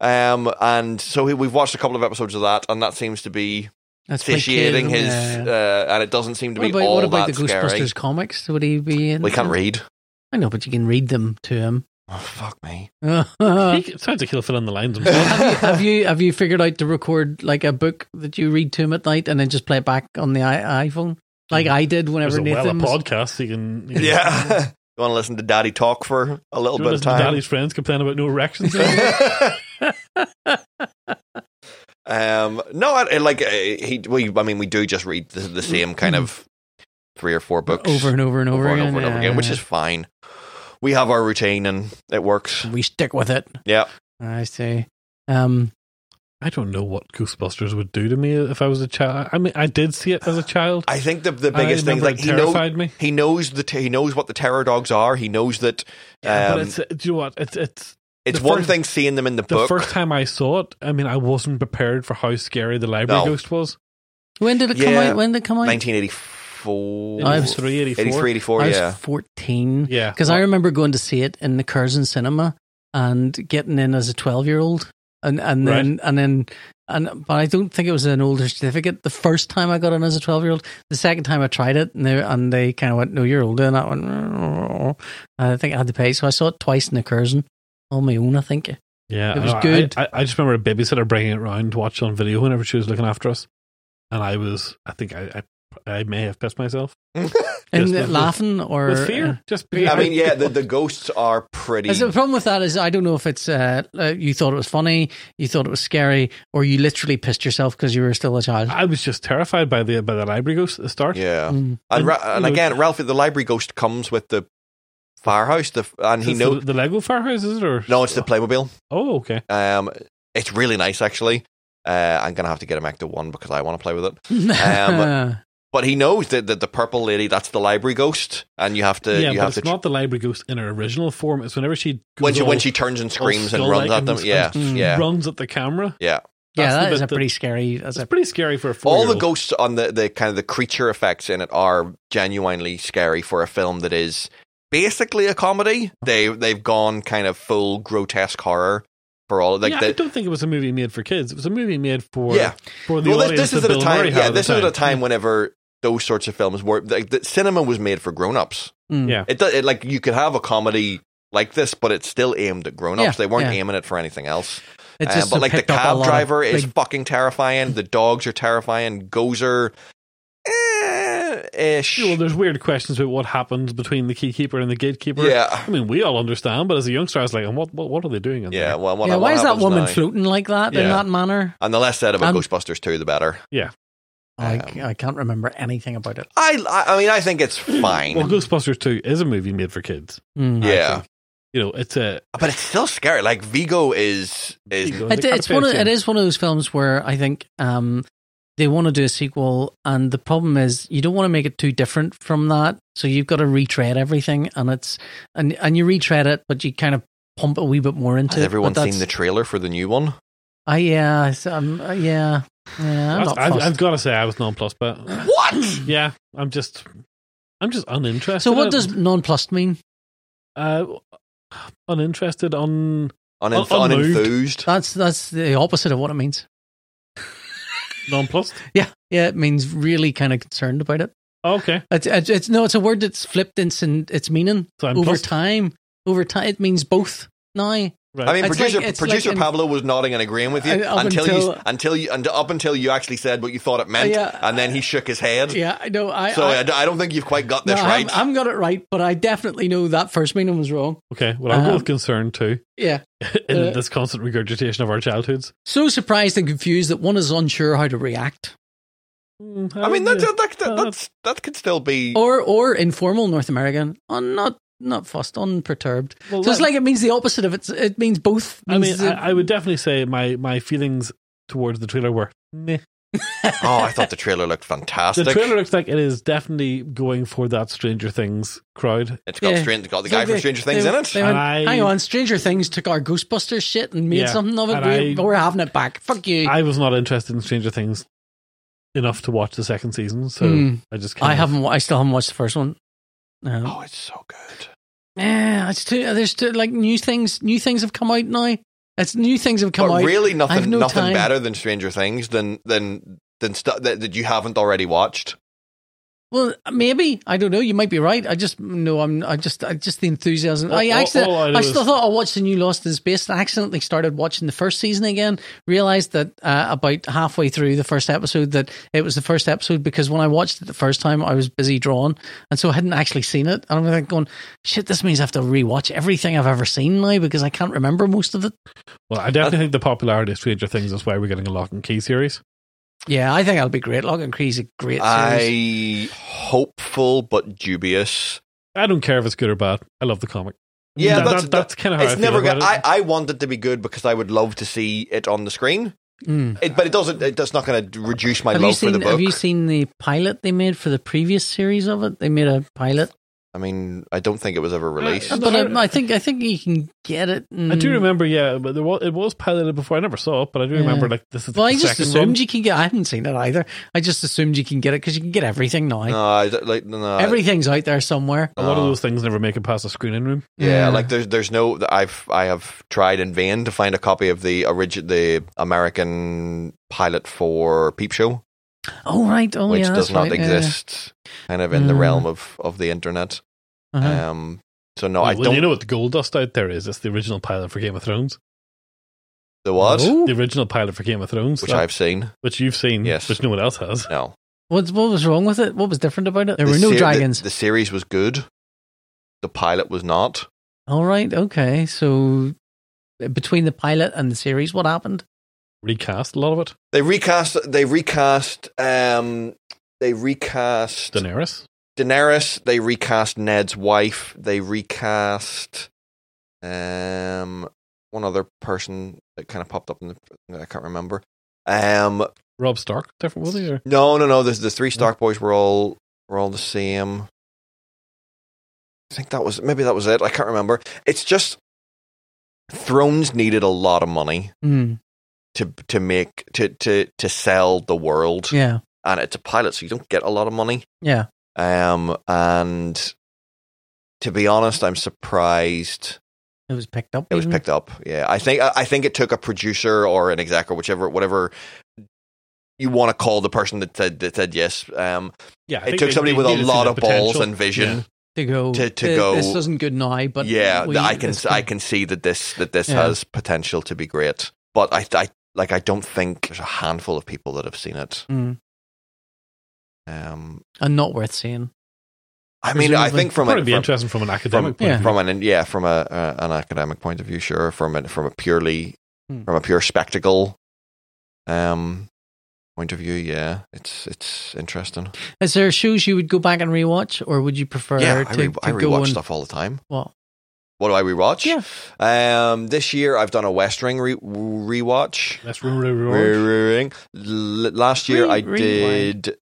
Um, and so we- we've watched a couple of episodes of that, and that seems to be That's like satiating kid- his, yeah. uh, and it doesn't seem to what be about, all what about the that scary. Ghostbusters comics? Would he be in? We can't read. I know, but you can read them to him. Oh fuck me! have, he, Uh, it sounds like he'll fit on the lines you, himself. have you have you figured out to record like a book that you read to him at night and then just play it back on the i- iPhone like I did Mm. There's whenever a well a Nathan was- podcast. You can, you can Yeah, You want to listen to Daddy talk for a little Do you want bit of to listen to time? Daddy's friends complain about no erections. anymore? Um, no, I, I like uh, he. We, I mean, we do just read the, the same kind of three or four books over and over and over, over and again, over and over again, which yeah. is fine. We have our routine and it works. we stick with it. Yeah, I see. Um, I don't know what Ghostbusters would do to me if I was a child. I mean, I did see it as a child. I think the the biggest thing is remember it like um, he knows terrified me. he knows the t- he knows what the terror dogs are. He knows that Yeah, um, but it's, it's uh, do you know what? It's it's the one first- thing seeing them in the, the book. first time I saw it. I mean, I wasn't prepared for how scary the library No. ghost was. when did it come Yeah, out? When did it come out? 1984, I was 83, 384. 84, I was yeah. fourteen Yeah, because I remember going to see it in the Curzon cinema and getting in as a twelve-year-old, and and then and then and but I don't think it was an older certificate. The first time I got in as a twelve-year-old, the second time I tried it, and they and they kind of went, "No, you're older," and I went, "Oh." I think I had to pay, so I saw it twice in the Curzon on my own. I think. Yeah, It was I- good. I, I just remember a babysitter bringing it round to watch it on video whenever she was looking after us, and I was, I think I, I, I may have pissed myself And Just with- laughing or with fear. uh, just I because I mean, yeah, the, the ghosts are pretty. Is uh, the problem with that is I don't know if it's uh, uh, you thought it was funny, you thought it was scary, or you literally pissed yourself because you were still a child. I was just terrified by the by the library ghost at the start. Yeah, Mm. and, Ra- And, and you know- again, Ralph, the library ghost comes with the firehouse, the and he It's the- knows. the, Lego firehouse, is it or No, it's the Playmobil. Oh, okay. Um, it's really nice actually. Uh, I'm gonna have to get him Ecto One because I want to play with it. Mm. Um, But he knows that, that the purple lady, that's the library ghost, and you have to yeah, you but have it's to tr- not the library ghost in her original form. It's whenever she when goes she when all- she turns and all screams and skull-like runs at them. and- Yeah, and yeah. runs at the camera. yeah, that's the that is bit a that- pretty scary. That's It's a, pretty scary for a four. All the ghosts on the, the kind of the creature effects in it are genuinely scary for a film that is basically a comedy. They they've gone kind of full grotesque horror for all like yeah, I the, don't think it was a movie made for kids. It was a movie made for Yeah. for the well, audience. this, this is that at a Bill time. Murray had Yeah, at the this is at a time. time whenever those sorts of films were like the cinema was made for grown-ups. mm. Yeah. It, do- it like you could have a comedy like this, but it's still aimed at grown-ups. Yeah, they weren't yeah. aiming it for anything else. It Uh, just but like the picked up a lot cab of driver is big- fucking terrifying. the dogs are terrifying. Gozer, eh, ish. Yeah, Well, there's weird questions about what happens between the keykeeper and the gatekeeper. Yeah, I mean, we all understand, but as a youngster, I was like, and what, what, what are they doing in yeah. there? Well, what, yeah, why what is that happens woman now? floating like that in Yeah. that manner? And the less said about Um, Ghostbusters 2, the better. I, Um, I can't remember anything about it. I, I, I mean, I think it's fine, Well, Ghostbusters 2 is a movie made for kids. Mm. Yeah. You know, it's a. but it's still scary. Like Vigo is is Vigo. It, They it's can't one. Of, fancy it him. is one of those films where I think um, they want to do a sequel, and the problem is you don't want to make it too different from that. So you've got to retread everything, and it's and and you retread it, but you kind of pump a wee bit more into Has it. everyone but seen the trailer for the new one? I yeah, it's, um, uh, yeah, yeah. I'm That's- not I've, fussed. I've got to say, I was nonplussed, but What? yeah, I'm just. I'm just uninterested. so in what it. does nonplussed mean? Uh, uninterested on Unin- Un- unmoved. unenthused. That's that's the opposite of what it means. nonplussed? Yeah, yeah, it means really kind of concerned about it. Okay. It's, it's, it's no, it's a word that's flipped its in, its meaning So I'm over plus- time. Over time, it means both now. Right. I mean, It's producer like- it's producer like in- Pablo was nodding and agreeing with you Uh, up until, you until- Uh, until you and up until you actually said what you thought it meant, Yeah. and then he shook his head. Yeah, I know. I, so I, uh, I, d- I don't think you've quite got no, this I right. haven't- I haven't got it right, but I definitely know that first meaning was wrong. okay. Well, I'm Um, both concerned too Yeah. in uh, this constant regurgitation of our childhoods. So surprised and confused that one is unsure how to react. Mm, I mean, don't that's, know. that, that, that, uh, that's, that could still be. Or or informal North American. i not not fussed, unperturbed. Well, so it's that- like it means the opposite of it. It means both. I mean, means it- I, I would definitely say my my feelings towards the trailer were meh. oh, I thought the trailer looked The fantastic. trailer looks like it is definitely going for that Stranger Things crowd. it's got, Yeah. Stran- it's got the So guy from they- Stranger Things they- in they it. went, I- Hang on, Stranger Things took our Ghostbusters shit and made Yeah, something of it. and We're, I- we're having it back. Fuck you. I was not interested in Stranger Things enough to watch the second season, so Hmm. I just kind I of- haven't. wa- I still haven't watched the first one. No. Oh, it's so good. Yeah, it's too. There's too, like new things. New things have come out now. It's new things have come but out. really, I've nothing no nothing time. better than Stranger Things than than than stuff that, that you haven't already watched. Well, maybe I don't know. You might be right. I just no. I'm. I just. I just the enthusiasm. I All- all- accident, all I I, do still is- thought I watched the new Lost in Space. And I accidentally started watching the first season again. Realized that uh, about halfway through the first episode that it was the first episode because when I watched it the first time, I was busy drawing, and so I hadn't actually seen it. And I'm like going, shit. This means I have to rewatch everything I've ever seen now because I can't remember most of it. Well, I definitely think the popularity of Stranger Things is why we're getting a Lock and Key series. Yeah, I think that'll be great. Logan Cree's a great series. I hopeful but dubious. I don't care if it's good or bad. I love the comic. Yeah, That- that's that- that's kind of how I it's feel never about good. it. I, I want it to be good because I would love to see it on the screen. Mm. It, but it doesn't. It, that's not going to reduce my have you love seen for the book. Have you seen the pilot they made for the previous series of it? They made a pilot, I mean, I don't think it was ever released. Uh, but I, I think I think you can get it. I do in- remember, yeah, but there was, it was piloted before. I never saw it, but I do remember Mm. Yeah. like this is Well, the I just second assumed one. you can get. I haven't seen it either. I just assumed you can get it because you can get everything now. no, I, don't- like no. I- Everything's out there somewhere. A lot of Oh. those things never make it past the screening room. Yeah, Yeah. like there's there's no I've I have tried in vain to find a copy of the origin the American pilot for Peep Show, Oh right, oh which yeah, does that's not right, yeah, yeah. exist, kind of in the Mm. realm of of the internet. Uh-huh. Um, so no, I well, don't. you know what the gold dust out there is? It's the original pilot for Game of Thrones. the what? No? The original pilot for Game of Thrones, Which that- I've seen. which you've seen, Yes. which no one else has. No, What what was wrong with it? What was different about it? There The were no ser- the- dragons. The, series was good. The pilot was not. All right, okay. So between the pilot and the series, what happened? Recast a lot of it. They recast. They recast. Um, they recast Daenerys. Daenerys. They recast Ned's wife. They recast um one other person that kind of popped up in the that I can't remember. Um, Rob Stark, different was he? Or? no, no, no. The, the three Stark boys were all were all the same. I think that was maybe that was it. I can't remember. It's just Thrones needed a lot of money Hmm. to to make to to to sell the world, yeah, and it's a pilot, so you don't get a lot of money. yeah. Um, and to be honest, I'm surprised It was picked up. it was even. picked up. Yeah, I think I I think it took a producer or an exec or whichever, whatever you want to call the person that said that said yes. Um, Yeah, I it think took they- somebody they with a needed to see lot the of balls potential. and vision. Yeah. to go To- to "Th- go- This doesn't good now, but yeah, we- that I can this I can see that this that this Yeah. has potential to be great, but I I like I don't think there's a handful of people that have seen it. Mm. Um, and not worth seeing. I mean, I Presumably. think from Probably a, be from, interesting from an from academic point. Yeah. of view. from an yeah from a uh, an academic point of view, sure. From a, from a purely Hmm. from a pure spectacle um point of view, yeah, it's it's interesting. Is there shows you would go back and rewatch, or would you prefer yeah, to, I, re- to I go rewatch and stuff all the time. well, What do I rewatch? yeah, Um, this year I've done a West Ring re- rewatch. That's rumor, rumor, Re- rumor. re- ring. L- last year Re- I rewind. did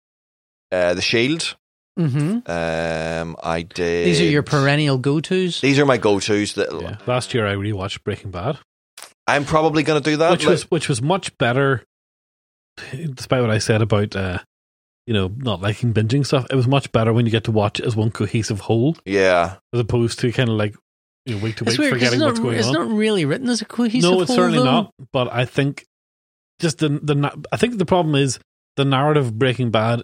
uh, the Shield. hmm Um, I did. these are your perennial go tos. These are my go tos. That Yeah. Last year I rewatched Breaking Bad, I'm probably going to do that. which Like- was which was much better. Despite what I said about uh, you know not liking binging stuff, it was much better when you get to watch it as one cohesive whole yeah. as opposed to kind of like you know, week to It's week weird. 'cause It's forgetting not, what's going it's on. not really written as a cohesive. no, it's whole, certainly though. not. But I think just the the na- I think the problem is the narrative of Breaking Bad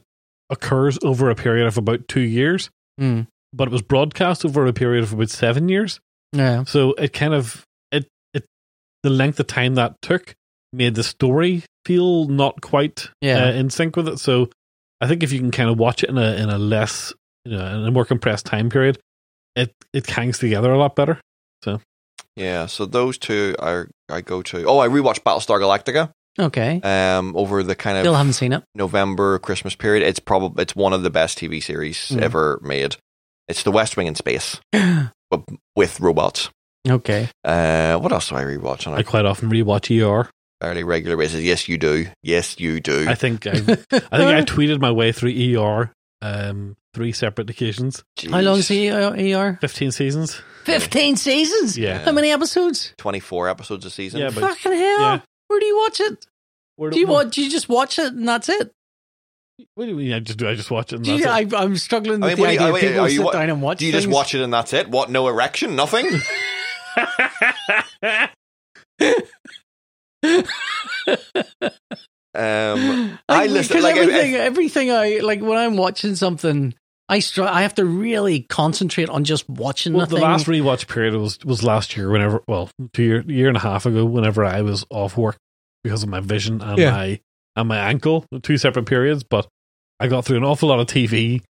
occurs over a period of about two years, Mm. but it was broadcast over a period of about seven years. Yeah, So it kind of it it the length of time that took made the story feel not quite Yeah. uh, in sync with it. So I think if you can kind of watch it in a in a less you know in a more compressed time period, it it hangs together a lot better. Yeah, so those two are I go to. Oh, I rewatched Battlestar Galactica okay. um, over the kind Still of haven't seen it. November Christmas period. It's probably it's one of the best TV series Mm. ever made. It's The West Wing in space with robots. okay, Uh, what else do I rewatch on I a quite often rewatch ER. fairly regular basis? Yes, you do. Yes, you do. I think I, I think I tweeted my way through ER um three separate occasions, how long is Jeez. the ER? fifteen seasons. Fifteen seasons. Yeah, How many episodes? Twenty-four episodes a season. yeah, but Fucking hell! yeah. Where do you watch it? where Do you where- watch? Do you just watch it and that's it? What do you mean? I just do. I just watch it. And Do you- that's it. I, I'm struggling I with the mean, what do you- oh, idea wait, of people are you sit wa- down and watch. Do you just things. watch it and that's it? What? No erection? Nothing? Um, I Like, listen because like if- everything, if- everything I like when I'm watching something, I str- I have to really concentrate on just watching Well, the the thing. last rewatch period was was last year. Whenever, well, two year year and a half ago, whenever I was off work because of my vision and Yeah. my and my ankle, two separate periods. But I got through an awful lot of TV,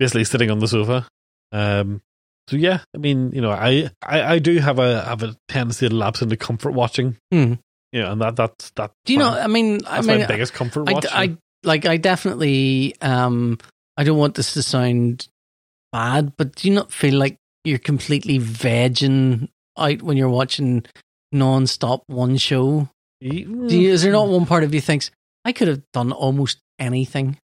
basically sitting on the sofa. Um, so yeah, I mean, you know, I I, I do have a have a tendency to lapse into comfort watching. Hmm. Yeah, and that that's that. Do you know? I mean, I That's mean, my biggest comfort I, watch. I like I definitely um I don't want this to sound bad, but do you not feel like you're completely vegging out when you're watching non-stop one show? Do you, is there mm, not one part of you thinks I could have done almost anything?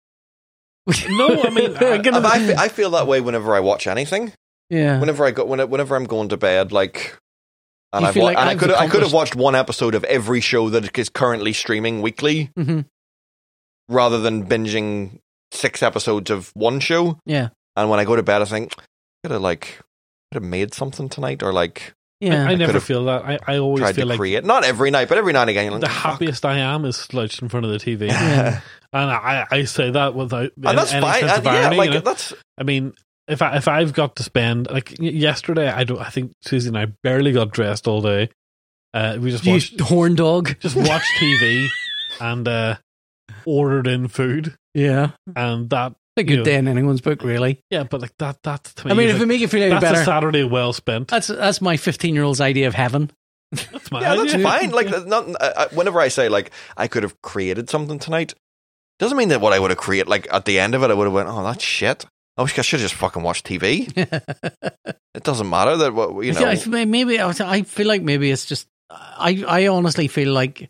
No, I mean, I- could I, have- I, fe- I feel that way whenever I watch anything. yeah, Whenever I go, when- whenever I'm going to bed, like, and You I've feel wa- like and I I've could I could have accomplished- watched one episode of every show that is currently streaming weekly, Mhm. rather than binging six episodes of one show. Yeah. And when I go to bed, I think could have like could have made something tonight, or like I, yeah. never could've feel that. I, I always tried feel to like create. Not every night, but every night again. you're the like, "Fuck." happiest I am is slouched in front of the TV. Yeah. And I, I say that without and that's any fine. sense of And, yeah, irony. like you know? that's I mean, if I if I've got to spend like y- yesterday, I don't. I think Susie and I barely got dressed all day. Uh, we just you watched horn dog. just watched TV and uh, ordered in food, Yeah, and that a You good know. day in anyone's book, really. yeah. But like that that's to me. I mean, is if it like, make you feel any that's better, Uh, a Saturday well spent. that's that's my 15 year old's idea of heaven. That's my yeah, that's idea. fine. Like that's not I, I- whenever I say like I could have created something tonight, doesn't mean that what I would have created. Like at the end of it, I would have went, oh that's shit. I wish I should just fucking watch TV. It doesn't matter that what you I feel- know. I feel- maybe I was- I feel like maybe it's just I. I honestly feel like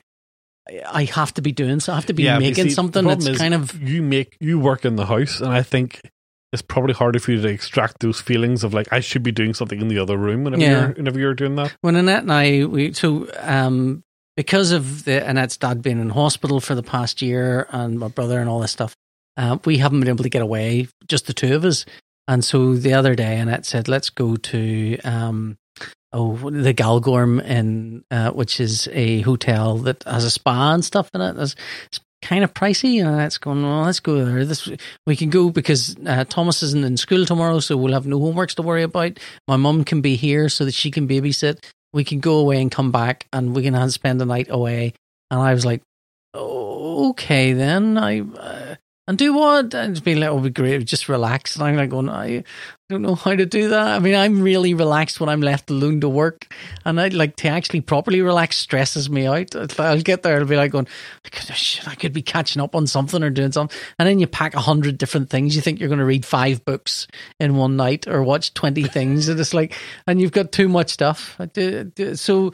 I- I have to be doing. So I have to be but you making see, the something problem that's is kind of you make you work in the house, and I think it's probably harder for you to extract those feelings of like I should be doing something in the other room whenever Yeah. you're whenever you're doing that. when Annette and I we so um because of the Annette's dad being in hospital for the past year and my brother and all this stuff, uh, we haven't been able to get away, just the two of us. And so the other day, Annette said, "Let's go to um oh the Galgorm in uh, which is a hotel that has a spa and stuff in it. That's it's kind of pricey, and Annette's going, well, let's go there. This we can go because uh, Thomas isn't in school tomorrow, so we'll have no homeworks to worry about. My mum can be here so that she can babysit. We can go away and come back, and we can have- spend the night away." And I was like, oh, "Okay, then I." Uh, and do what? And just being like, oh, it'd be great. Just relax. And I'm like going, I don't know how to do that. I mean, I'm really relaxed when I'm left alone to work. And I like to actually properly relax stresses me out. It's like, I'll get there and be like going, I could, shit, I could be catching up on something or doing something. And then you pack a hundred different things. You think you're going to read five books in one night or watch 20 things. And it's like, and you've got too much stuff. I do- do- So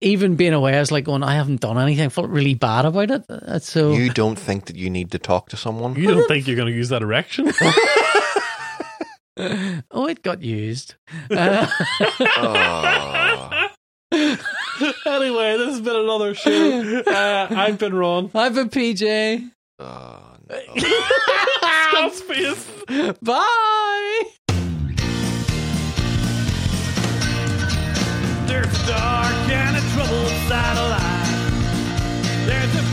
even being away, I was like going, I haven't done anything. I felt really bad about it. Uh, So You don't think that you need to talk to someone? You don't think you're going to use that erection? Oh, it got used. Uh, Oh. anyway, this has been another show. Uh, I've been Ron. I've been PJ. Oh, no. Scott's face. Bye. There's a dark and a troubled side of life. There's a